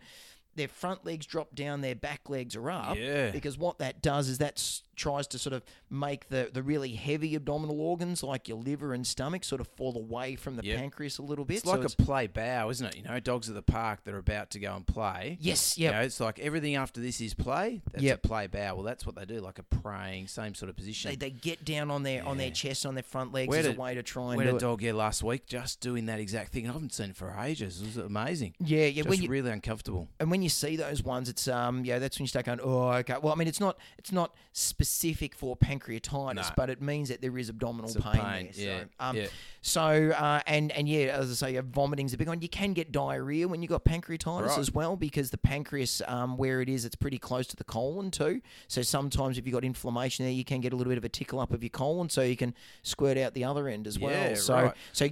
Speaker 2: their front legs drop down, their back legs are up.
Speaker 3: Yeah.
Speaker 2: Because what that does is that s- tries to sort of make the, the really heavy abdominal organs like your liver and stomach sort of fall away from the
Speaker 3: Yep.
Speaker 2: pancreas a little bit.
Speaker 3: It's like
Speaker 2: so
Speaker 3: a play bow, isn't it? You know, dogs at the park that are about to go and play.
Speaker 2: yes,
Speaker 3: You
Speaker 2: yeah,
Speaker 3: know, it's like everything after this is play. That's
Speaker 2: Yep.
Speaker 3: a play bow. Well, that's what they do, like a praying, same sort of position.
Speaker 2: they, they get down on their on their chest on their front legs
Speaker 3: Where
Speaker 2: as
Speaker 3: did-
Speaker 2: a way to try and
Speaker 3: Where
Speaker 2: do
Speaker 3: a
Speaker 2: it.
Speaker 3: dog here last week, just doing that exact thing. I haven't seen it for ages. It was amazing.
Speaker 2: yeah, yeah.
Speaker 3: Just
Speaker 2: when you,
Speaker 3: really uncomfortable.
Speaker 2: and when you see those ones, it's um yeah, that's when you start going, oh okay. Well, I mean, it's not it's not specific for pancreatitis,
Speaker 3: No.
Speaker 2: but it means that there is abdominal
Speaker 3: a
Speaker 2: pain,
Speaker 3: pain,
Speaker 2: there.
Speaker 3: yeah,
Speaker 2: So, um,
Speaker 3: yeah.
Speaker 2: so uh, and and yeah, as I say, yeah, vomiting's a big one. You can get diarrhea when you have got pancreatitis
Speaker 3: Right.
Speaker 2: as well because the pancreas, um, where it is, it's pretty close to the colon too. So sometimes if you've got inflammation there, you can get a little bit of a tickle up of your colon, so you can squirt out the other end as well.
Speaker 3: Yeah,
Speaker 2: so
Speaker 3: right.
Speaker 2: so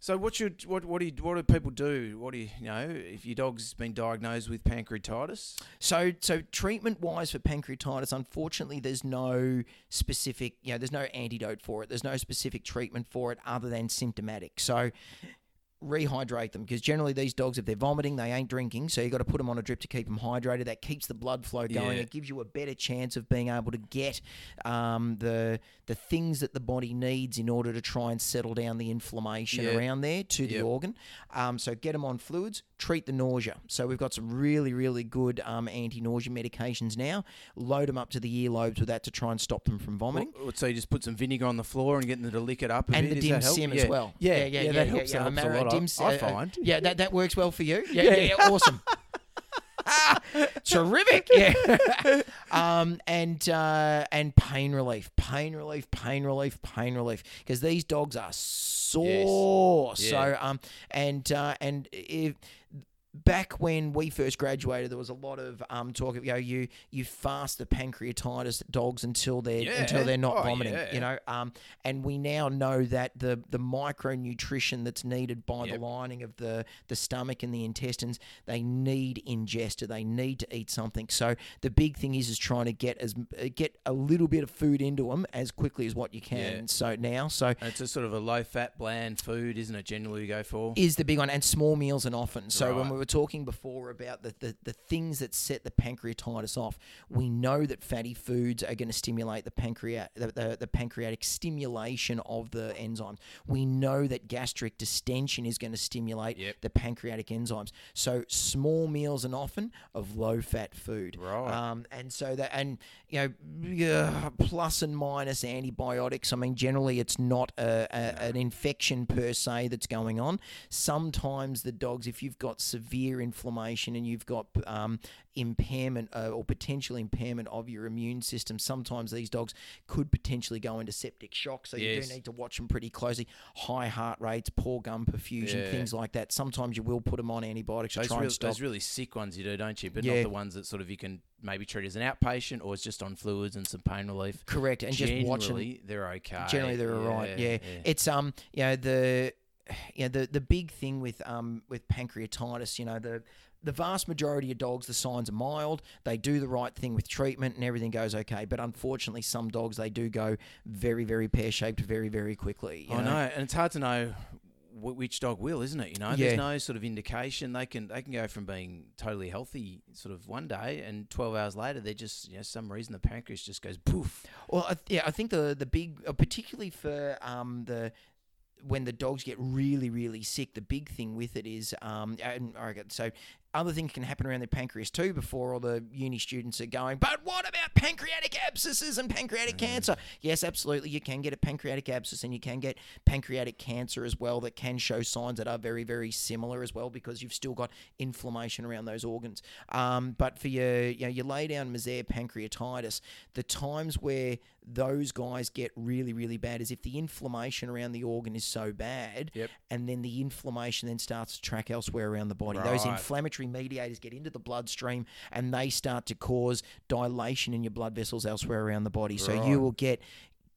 Speaker 3: So what should what what do you, what do people do? What do you, you know if your dog's been diagnosed with pancreatitis?
Speaker 2: So, so treatment wise for pancreatitis, unfortunately, there's no specific, you know, there's no antidote for it. There's no specific treatment for it other than symptomatic. So, rehydrate them because generally these dogs, if they're vomiting, they ain't drinking. So you got to put them on a drip to keep them hydrated. That keeps the blood flow going.
Speaker 3: Yeah.
Speaker 2: It gives you a better chance of being able to get um, the the things that the body needs in order to try and settle down the inflammation
Speaker 3: Yeah.
Speaker 2: around there to the
Speaker 3: Yep.
Speaker 2: organ. Um, so get them on fluids, treat the nausea. So we've got some really, really good um, anti-nausea medications now. Load them up to the earlobes with that to try and stop them from vomiting.
Speaker 3: What- So you just put some vinegar on the floor and get them to lick it up, a
Speaker 2: and
Speaker 3: bit.
Speaker 2: the
Speaker 3: Does
Speaker 2: dim
Speaker 3: that help?
Speaker 2: sim
Speaker 3: yeah.
Speaker 2: as well.
Speaker 3: Yeah, yeah, yeah, that
Speaker 2: yeah,
Speaker 3: helps.
Speaker 2: yeah.
Speaker 3: That helps a
Speaker 2: Amaro
Speaker 3: lot.
Speaker 2: dim
Speaker 3: I, I
Speaker 2: uh, uh,
Speaker 3: find.
Speaker 2: yeah, that, that works well for you. Yeah, yeah, yeah, awesome. Terrific. Yeah. um, and uh, and pain relief, pain relief, pain relief, pain relief, because these dogs are sore. So um, and uh, and if back when we first graduated, there was a lot of um talk of you know, you you fast the pancreatitis dogs until they're
Speaker 3: Yeah.
Speaker 2: until they're not
Speaker 3: Oh,
Speaker 2: vomiting.
Speaker 3: yeah.
Speaker 2: You know, um, and we now know that the the micronutrition that's needed by the
Speaker 3: Yep.
Speaker 2: lining of the the stomach and the intestines, they need ingested. They need to eat something. So the big thing is is trying to get as uh, get a little bit of food into them as quickly as what you can.
Speaker 3: Yeah.
Speaker 2: So now, so
Speaker 3: And it's a sort of a low fat, bland food, isn't it? Generally, you go for.
Speaker 2: is the big one and small meals and often so when
Speaker 3: Right.
Speaker 2: we were talking before about the, the, the things that set the pancreatitis off we know that fatty foods are going to stimulate the, pancreat the, the, the pancreatic stimulation of the enzymes we know that gastric distension is going to stimulate
Speaker 3: Yep.
Speaker 2: the pancreatic enzymes so small meals and often of low fat food
Speaker 3: Right.
Speaker 2: um, and so that, and you know, uh, plus and minus antibiotics. I mean, generally, it's not a, a, an infection per se that's going on. Sometimes the dogs, if you've got severe inflammation and you've got um, impairment uh, or potential impairment of your immune system, sometimes these dogs could potentially go into septic shock. So you
Speaker 3: Yes.
Speaker 2: do need to watch them pretty closely. High heart rates, poor gum perfusion,
Speaker 3: Yeah.
Speaker 2: things like that. Sometimes you will put them on antibiotics to
Speaker 3: Those,
Speaker 2: try
Speaker 3: real,
Speaker 2: and stop.
Speaker 3: those really sick ones you do, don't you? But
Speaker 2: Yeah.
Speaker 3: not the ones that sort of you can maybe treat as an outpatient or it's just on fluids and some pain relief.
Speaker 2: Correct, and
Speaker 3: generally,
Speaker 2: just watch them
Speaker 3: they're okay.
Speaker 2: generally they're all right. Yeah. it's um, you know the, you know the the big thing with um with pancreatitis, you know the. The vast majority of dogs, the signs are mild. They do the right thing with treatment, and everything goes okay. But unfortunately, some dogs they do go very, very pear shaped, very, very quickly. you
Speaker 3: I know, and it's hard to know wh- which dog will, isn't it? You know,
Speaker 2: Yeah.
Speaker 3: there's no sort of indication. They can they can go from being totally healthy, sort of one day, and 12 hours later, they're just you know some reason the pancreas just goes poof.
Speaker 2: Well, I, yeah, I think the the big, uh, particularly for um, the when the dogs get really really sick, the big thing with it is um, and, all right, so other things can happen around their pancreas too before all the uni students are going, but what about pancreatic abscesses and pancreatic cancer? Yes, absolutely. You can get a pancreatic abscess and you can get pancreatic cancer as well that can show signs that are very, very similar as well because you've still got inflammation around those organs. Um, but for your, you know, your lay down Mazair pancreatitis, the times where those guys get really, really bad is if the inflammation around the organ is so bad
Speaker 3: Yep.
Speaker 2: and then the inflammation then starts to track elsewhere around the body. Those
Speaker 3: Right.
Speaker 2: inflammatory mediators get into the bloodstream and they start to cause dilation in your blood vessels elsewhere around the body. So
Speaker 3: Right.
Speaker 2: you will get.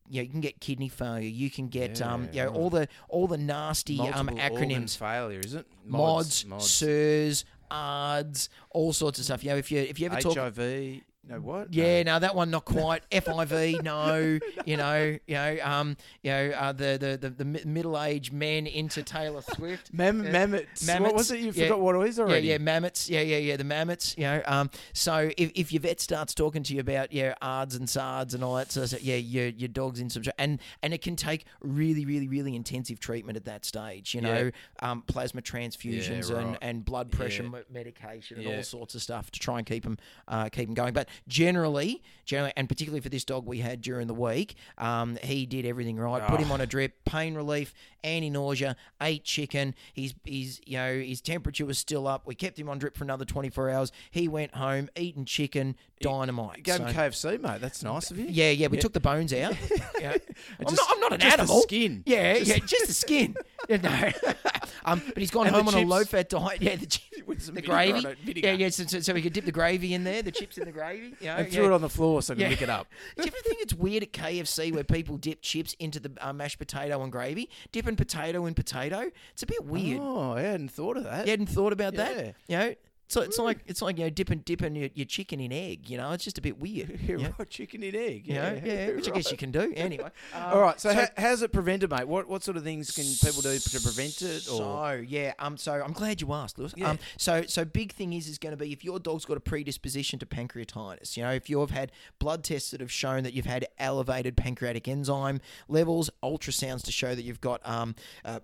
Speaker 2: You, know, you can get kidney failure. You can get um, you
Speaker 3: Yeah,
Speaker 2: know, all the all the nasty um,
Speaker 3: Multiple organ
Speaker 2: acronyms
Speaker 3: failure, is it?
Speaker 2: mods,
Speaker 3: mods.
Speaker 2: SIRS, ARDS, all sorts of stuff. You know, if you if you ever talk,
Speaker 3: HIV. No what?
Speaker 2: yeah, no, that one not quite. FIV, no, you know, you know, um, you know, uh, the the the, the mi- middle aged men into Taylor Swift.
Speaker 3: Mem-
Speaker 2: Yeah.
Speaker 3: mammoths. What was it? You
Speaker 2: Mammoths, yeah.
Speaker 3: forgot what it was already.
Speaker 2: Yeah, yeah, mammoths. Yeah, yeah, yeah. The mammoths. You know, um, so if, if your vet starts talking to you about yeah ARDS and SARDS and all that sort of stuff, yeah, your your dog's in some tr- and and it can take really, really, really intensive treatment at that stage. You know, um, plasma transfusions
Speaker 3: Yeah,
Speaker 2: and
Speaker 3: right.
Speaker 2: and blood pressure
Speaker 3: Yeah.
Speaker 2: me- medication and
Speaker 3: Yeah.
Speaker 2: all sorts of stuff to try and keep them uh, keep 'em going. But generally, generally, and particularly for this dog we had during the week, um, he did everything right. Put
Speaker 3: Ah.
Speaker 2: him on a drip, pain relief, anti nausea, ate chicken. His his you know his temperature was still up. We kept him on drip for another twenty four hours. He went home eaten chicken, dynamite.
Speaker 3: Gave
Speaker 2: So-
Speaker 3: him KFC, mate. That's nice of you.
Speaker 2: yeah, yeah, we took the bones out. Yeah. I'm,
Speaker 3: Just-
Speaker 2: not, I'm not an
Speaker 3: just the
Speaker 2: animal.
Speaker 3: skin.
Speaker 2: Yeah,
Speaker 3: Just-
Speaker 2: yeah, just the skin. Yeah, no, um, but he's gone
Speaker 3: And the
Speaker 2: home on a
Speaker 3: chips.
Speaker 2: low fat diet. Yeah, the, chips
Speaker 3: With some
Speaker 2: the
Speaker 3: vinegar on
Speaker 2: gravy.
Speaker 3: it, vinegar.
Speaker 2: Yeah, yeah. So, so, so we could dip the gravy in there, the chips in the gravy. You know,
Speaker 3: And
Speaker 2: yeah.
Speaker 3: threw it on the floor so I could pick it up.
Speaker 2: Do you ever think it's weird at KFC where people dip chips into the uh, mashed potato and gravy, dipping potato in potato? It's a bit weird.
Speaker 3: Oh, I hadn't thought of that.
Speaker 2: You hadn't thought about
Speaker 3: Yeah. Hmm.
Speaker 2: that. You know, so it's like it's like you know dipping dipping your, your chicken in egg. You know, it's just a bit weird. You
Speaker 3: Yeah,
Speaker 2: know,
Speaker 3: right, chicken and egg.
Speaker 2: You know? yeah, which I
Speaker 3: right.
Speaker 2: guess you can do anyway. Um,
Speaker 3: All right. So, ho- how's it prevented, mate? What what sort of things can people do to prevent it? Or
Speaker 2: So yeah, um, so I'm glad you asked, Lewis.
Speaker 3: Yeah.
Speaker 2: Um, so so big thing is is going to be if your dog's got a predisposition to pancreatitis. You know, if you've had blood tests that have shown that you've had elevated pancreatic enzyme levels, ultrasounds to show that you've got um. Uh,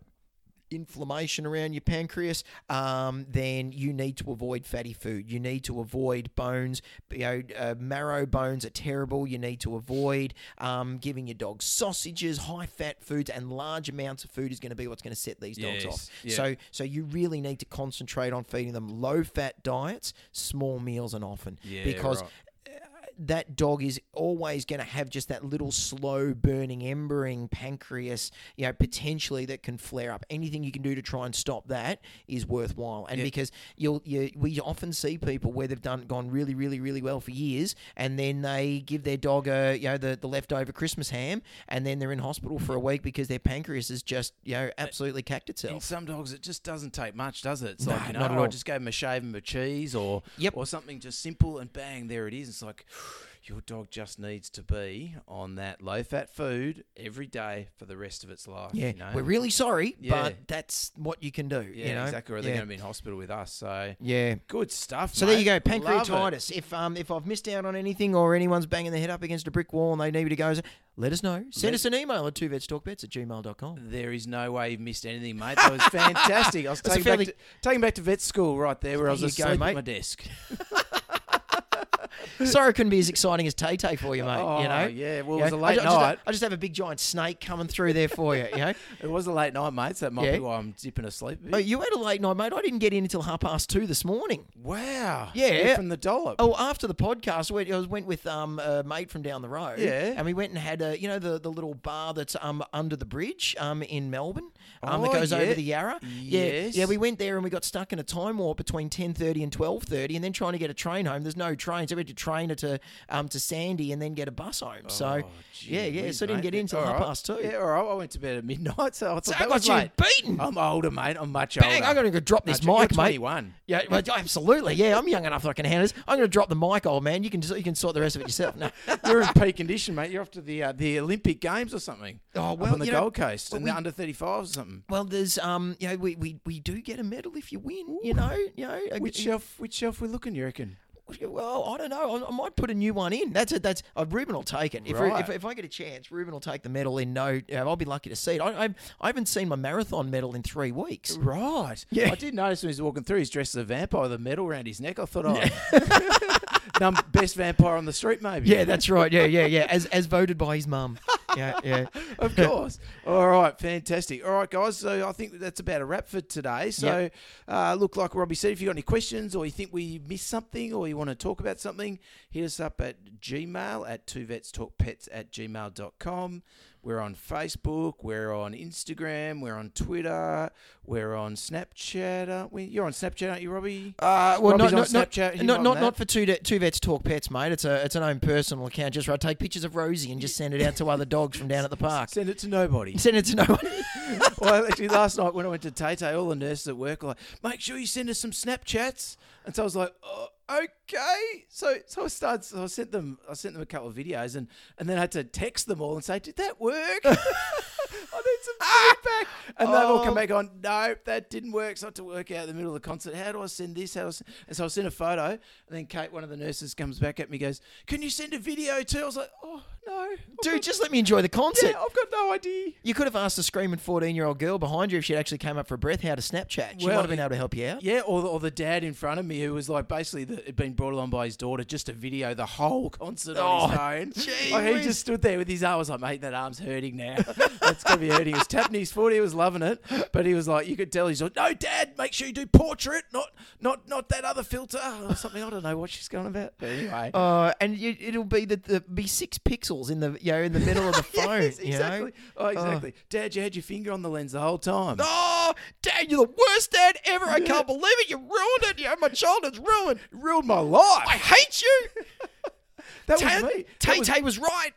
Speaker 2: inflammation around your pancreas um, then you need to avoid fatty food you need to avoid bones you know uh, marrow bones are terrible you need to avoid um, giving your dog sausages high fat foods and large amounts of food is going to be what's going to set these dogs
Speaker 3: Yes.
Speaker 2: off
Speaker 3: Yeah.
Speaker 2: so so you really need to concentrate on feeding them low fat diets, small meals, and often
Speaker 3: Yeah,
Speaker 2: because.
Speaker 3: right.
Speaker 2: uh, That dog is always going to have just that little slow burning, embering pancreas, you know, potentially that can flare up. Anything you can do to try and stop that is worthwhile. And because you'll, you, we often see people where they've done gone really, really, really well for years, and then they give their dog a, you know, the, the leftover Christmas ham, and then they're in hospital for a week because their pancreas is just, you know, absolutely cacked itself.
Speaker 3: In some dogs, it just doesn't take much, does it? It's
Speaker 2: No,
Speaker 3: like, you know,
Speaker 2: not at
Speaker 3: I
Speaker 2: all.
Speaker 3: just gave him a shave and a cheese or
Speaker 2: Yep.
Speaker 3: or something just simple, and bang, there it is. It's like, your dog just needs to be on that low fat food every day for the rest of its life.
Speaker 2: Yeah,
Speaker 3: you know?
Speaker 2: we're really sorry,
Speaker 3: Yeah.
Speaker 2: but that's what you can do.
Speaker 3: yeah,
Speaker 2: you know?
Speaker 3: exactly. Or
Speaker 2: yeah.
Speaker 3: they're going to be in hospital with us. So,
Speaker 2: yeah.
Speaker 3: good stuff.
Speaker 2: So
Speaker 3: mate.
Speaker 2: there you go,
Speaker 3: Love it.
Speaker 2: pancreatitis. If um if I've missed out on anything or anyone's banging their head up against a brick wall and they need to go, let us know. Send us an email at two vetstalkbets at gmail.com.
Speaker 3: There is no way you've missed anything, mate. That was fantastic. I was
Speaker 2: That's a
Speaker 3: taken back,
Speaker 2: fairly-
Speaker 3: to, taken back to vet school right there where I was
Speaker 2: There you
Speaker 3: asleep
Speaker 2: go, mate.
Speaker 3: at my desk.
Speaker 2: Sorry it couldn't be as exciting as Tay Tay for you, mate.
Speaker 3: Oh,
Speaker 2: you know?
Speaker 3: yeah. Well, it
Speaker 2: You
Speaker 3: was
Speaker 2: know?
Speaker 3: a late
Speaker 2: I, ju- I just,
Speaker 3: night.
Speaker 2: I just have a big giant snake coming through there for you, you know?
Speaker 3: It was a late night, mate, so that might
Speaker 2: Yeah.
Speaker 3: be why I'm dipping asleep a bit.
Speaker 2: Oh, you had a late night, mate. I didn't get in until half past two this morning.
Speaker 3: Wow.
Speaker 2: Yeah.
Speaker 3: From the dollop.
Speaker 2: Oh, after the podcast, we, I was, went with um, a mate from down the road.
Speaker 3: Yeah.
Speaker 2: And we went and had, a, you know, the, the little bar that's um, under the bridge um, in Melbourne um,
Speaker 3: Oh,
Speaker 2: that goes
Speaker 3: yeah.
Speaker 2: over the Yarra.
Speaker 3: Yes.
Speaker 2: Yeah, yeah, we went there and we got stuck in a time warp between 10.30 and 12.30 and then trying to get a train home. There's no train, so we had to train it to, um, to Sandy and then get a bus home. so,
Speaker 3: gee
Speaker 2: yeah, yeah,
Speaker 3: whiz,
Speaker 2: so didn't
Speaker 3: Oh, mate.
Speaker 2: get in until
Speaker 3: All
Speaker 2: half
Speaker 3: right.
Speaker 2: past two.
Speaker 3: Yeah, all right. I went to bed at midnight, so I thought that
Speaker 2: I got
Speaker 3: was
Speaker 2: you
Speaker 3: late.
Speaker 2: beaten.
Speaker 3: I'm older, mate. I'm much
Speaker 2: Bang,
Speaker 3: older.
Speaker 2: I'm going to drop this
Speaker 3: You're
Speaker 2: mic, mate.
Speaker 3: 21.
Speaker 2: Yeah, well, absolutely. Yeah, I'm young enough that I can handle this. I'm going to drop the mic, old man. You can you can sort the rest of it yourself. No.
Speaker 3: You're in peak condition, mate. You're off to the uh, the Olympic Games or something.
Speaker 2: Oh,
Speaker 3: Up
Speaker 2: well,
Speaker 3: on the
Speaker 2: you know,
Speaker 3: Gold Coast
Speaker 2: well,
Speaker 3: and
Speaker 2: we-
Speaker 3: the under 35s or something.
Speaker 2: Well, there's um, you know, we, we, we do get a medal if you win, you know, you know. a- uh,
Speaker 3: Which shelf? Which shelf we looking? You reckon?
Speaker 2: Well, I don't know. I, I might put a new one in. That's it. That's uh, Ruben will take it. If,
Speaker 3: Right.
Speaker 2: if, if I get a chance, Ruben will take the medal in. No, uh, I'll be lucky to see it. I, I, I haven't seen my marathon medal in three weeks.
Speaker 3: Right.
Speaker 2: Yeah.
Speaker 3: I did notice when he was walking through, he's dressed as a vampire with a medal around his neck. I thought, oh, num- best vampire on the street, maybe.
Speaker 2: Yeah, that's right. Yeah, yeah, yeah. As as voted by his mum. Yeah, yeah.
Speaker 3: of course. All right, fantastic. All right, guys. So I think that's about a wrap for today. So,
Speaker 2: Yep.
Speaker 3: uh, look, like Robbie said, if you got any questions or you think we missed something or you want to talk about something, hit us up at Gmail at two vets talk pets at gmail.com. We're on Facebook. We're on Instagram. We're on Twitter. We're on Snapchat. Aren't we? You're on Snapchat, aren't you, Robbie?
Speaker 2: Uh, well, not,
Speaker 3: Robbie's on
Speaker 2: not, not,
Speaker 3: Snapchat, he's
Speaker 2: not,
Speaker 3: on
Speaker 2: not,
Speaker 3: that.
Speaker 2: not for two, de- two vets talk pets, mate. It's a it's an own personal account. Just where I take pictures of Rosie and just send it out to other dogs from down at the park.
Speaker 3: Send it to nobody.
Speaker 2: Send it to no one.
Speaker 3: well, actually, last night when I went to Tay Tay, all the nurses at work were like, make sure you send us some Snapchats. And so I was like, oh, okay. So so I started, so I sent them, I sent them a couple of videos, and and then I had to text them all and say, did that work? I need some feedback. And they've all come back on, no, that didn't work. So I had to work out in the middle of the concert. How do I send this? How do I send? And so I sent a photo, and then Kate, one of the nurses, comes back at me, goes, can you send a video too? I was like, oh no, I've
Speaker 2: Dude,
Speaker 3: got-
Speaker 2: just let me enjoy the concert.
Speaker 3: yeah, I've got no idea.
Speaker 2: You could have asked a screaming 14 year old girl behind you if she'd actually came up for a breath how to Snapchat. She
Speaker 3: Well,
Speaker 2: might have been able to help you out.
Speaker 3: Yeah, or the, or the dad in front of me who was like basically the, had been brought along by his daughter just to video the whole concert on his
Speaker 2: Oh,
Speaker 3: phone.
Speaker 2: gee
Speaker 3: Like, he
Speaker 2: whiz.
Speaker 3: just stood there with his arm. I was like, mate, that arm's hurting now. That's gonna be hurting. He was tapping his foot. He was loving it, but he was like, you could tell he's like, no, dad, make sure you do portrait, not not not that other filter or something. I don't know what she's going about. But anyway.
Speaker 2: Uh, and you, it'll be the, the be six pixels in the you know in the middle of the phone.
Speaker 3: Yes,
Speaker 2: you know? Uh,
Speaker 3: exactly. Oh, exactly. Dad, you had your finger on the lens the whole time.
Speaker 2: Oh, Dad, you're the worst dad ever. I can't believe it. You ruined it. You know, my childhood's ruined.
Speaker 3: Ruined my life.
Speaker 2: I hate you.
Speaker 3: that was
Speaker 2: Tay
Speaker 3: me. That
Speaker 2: Tay
Speaker 3: was
Speaker 2: Tay was right.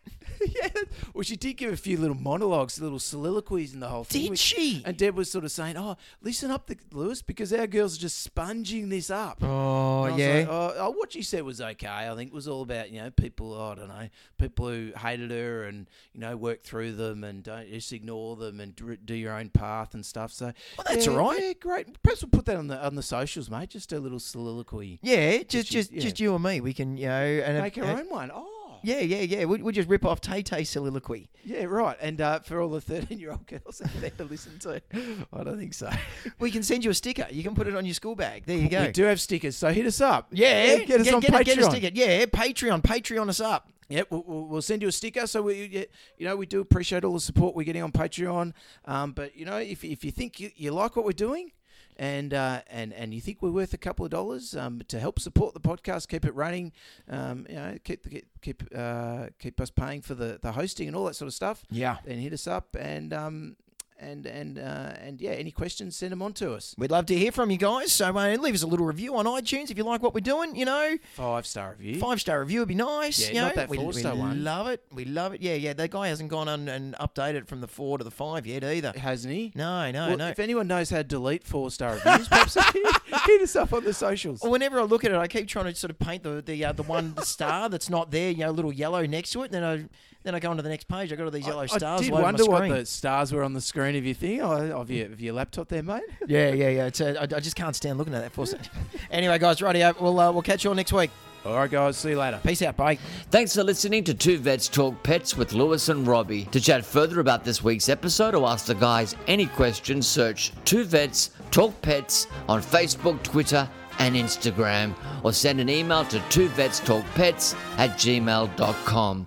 Speaker 3: yeah. Well, she did give a few little monologues, little soliloquies in the whole thing.
Speaker 2: Did she?
Speaker 3: And Deb was sort of saying, "Oh, listen up, the, Lewis, because our girls are just sponging this up."
Speaker 2: Oh,
Speaker 3: And I was
Speaker 2: yeah.
Speaker 3: like, oh, oh, what she said was okay. I think it was all about you know people. oh, I don't know people who hated her and you know work through them and don't just ignore them and dr- do your own path and stuff. So
Speaker 2: that's
Speaker 3: yeah,
Speaker 2: all right.
Speaker 3: Yeah, great. Perhaps we'll put that on the on the socials, mate. Just a little soliloquy.
Speaker 2: yeah, just
Speaker 3: she-
Speaker 2: just
Speaker 3: yeah.
Speaker 2: just you and me. We can you know and
Speaker 3: Make
Speaker 2: uh,
Speaker 3: our own one. Oh.
Speaker 2: Yeah, yeah, yeah. We we just rip off Tay Tay soliloquy.
Speaker 3: Yeah, right. And uh, for all the 13 year old girls out there to listen to, I don't think so.
Speaker 2: We can send you a sticker. You can put it on your school bag. There you go.
Speaker 3: We do have stickers, so hit us up.
Speaker 2: Yeah,
Speaker 3: get us on
Speaker 2: get,
Speaker 3: Patreon.
Speaker 2: Get a sticker. Yeah, Patreon, Patreon us up.
Speaker 3: Yep, we'll- we'll, we'll send you a sticker. So we, yeah, you know, we do appreciate all the support we're getting on Patreon. Um, but you know, if, if you think you, you like what we're doing, and uh, and and you think we're worth a couple of dollars um, to help support the podcast, keep it running, um, you know, keep the, keep uh, keep us paying for the, the hosting and all that sort of stuff.
Speaker 2: Yeah.
Speaker 3: then hit us up and um and and uh, and yeah, any questions, send them on to us.
Speaker 2: We'd love to hear from you guys. So uh, leave us a little review on iTunes if you like what we're doing. You know,
Speaker 3: Five star review.
Speaker 2: five star review would be nice.
Speaker 3: Yeah,
Speaker 2: you know?
Speaker 3: not that
Speaker 2: we, we
Speaker 3: four-star one.
Speaker 2: love it. We love it. Yeah, yeah. That guy hasn't gone on and updated from the four to the five yet either.
Speaker 3: hasn't he?
Speaker 2: No, no,
Speaker 3: Well,
Speaker 2: no.
Speaker 3: If anyone knows how to delete four star reviews, perhaps hit us up on the socials.
Speaker 2: Well, Whenever I look at it, I keep trying to sort of paint the the, uh, the one star that's not there, you know, little yellow next to it. And then I then I go onto the next page. I got all these yellow
Speaker 3: I-
Speaker 2: stars.
Speaker 3: I did
Speaker 2: all over
Speaker 3: wonder
Speaker 2: my
Speaker 3: what
Speaker 2: screen.
Speaker 3: the stars were on the screen of your thing, or of your, of your laptop there, mate.
Speaker 2: Yeah, yeah, yeah. It's, uh, I, I just can't stand looking at that for a second. anyway, guys, righty, we'll uh, we'll catch you all next week.
Speaker 3: All right, guys, see you later.
Speaker 2: Peace out, bye.
Speaker 1: Thanks for listening to Two Vets Talk Pets with Lewis and Robbie. To chat further about this week's episode or ask the guys any questions, search Two Vets Talk Pets on Facebook, Twitter, and Instagram, or send an email to twovetstalkpets at gmail.com.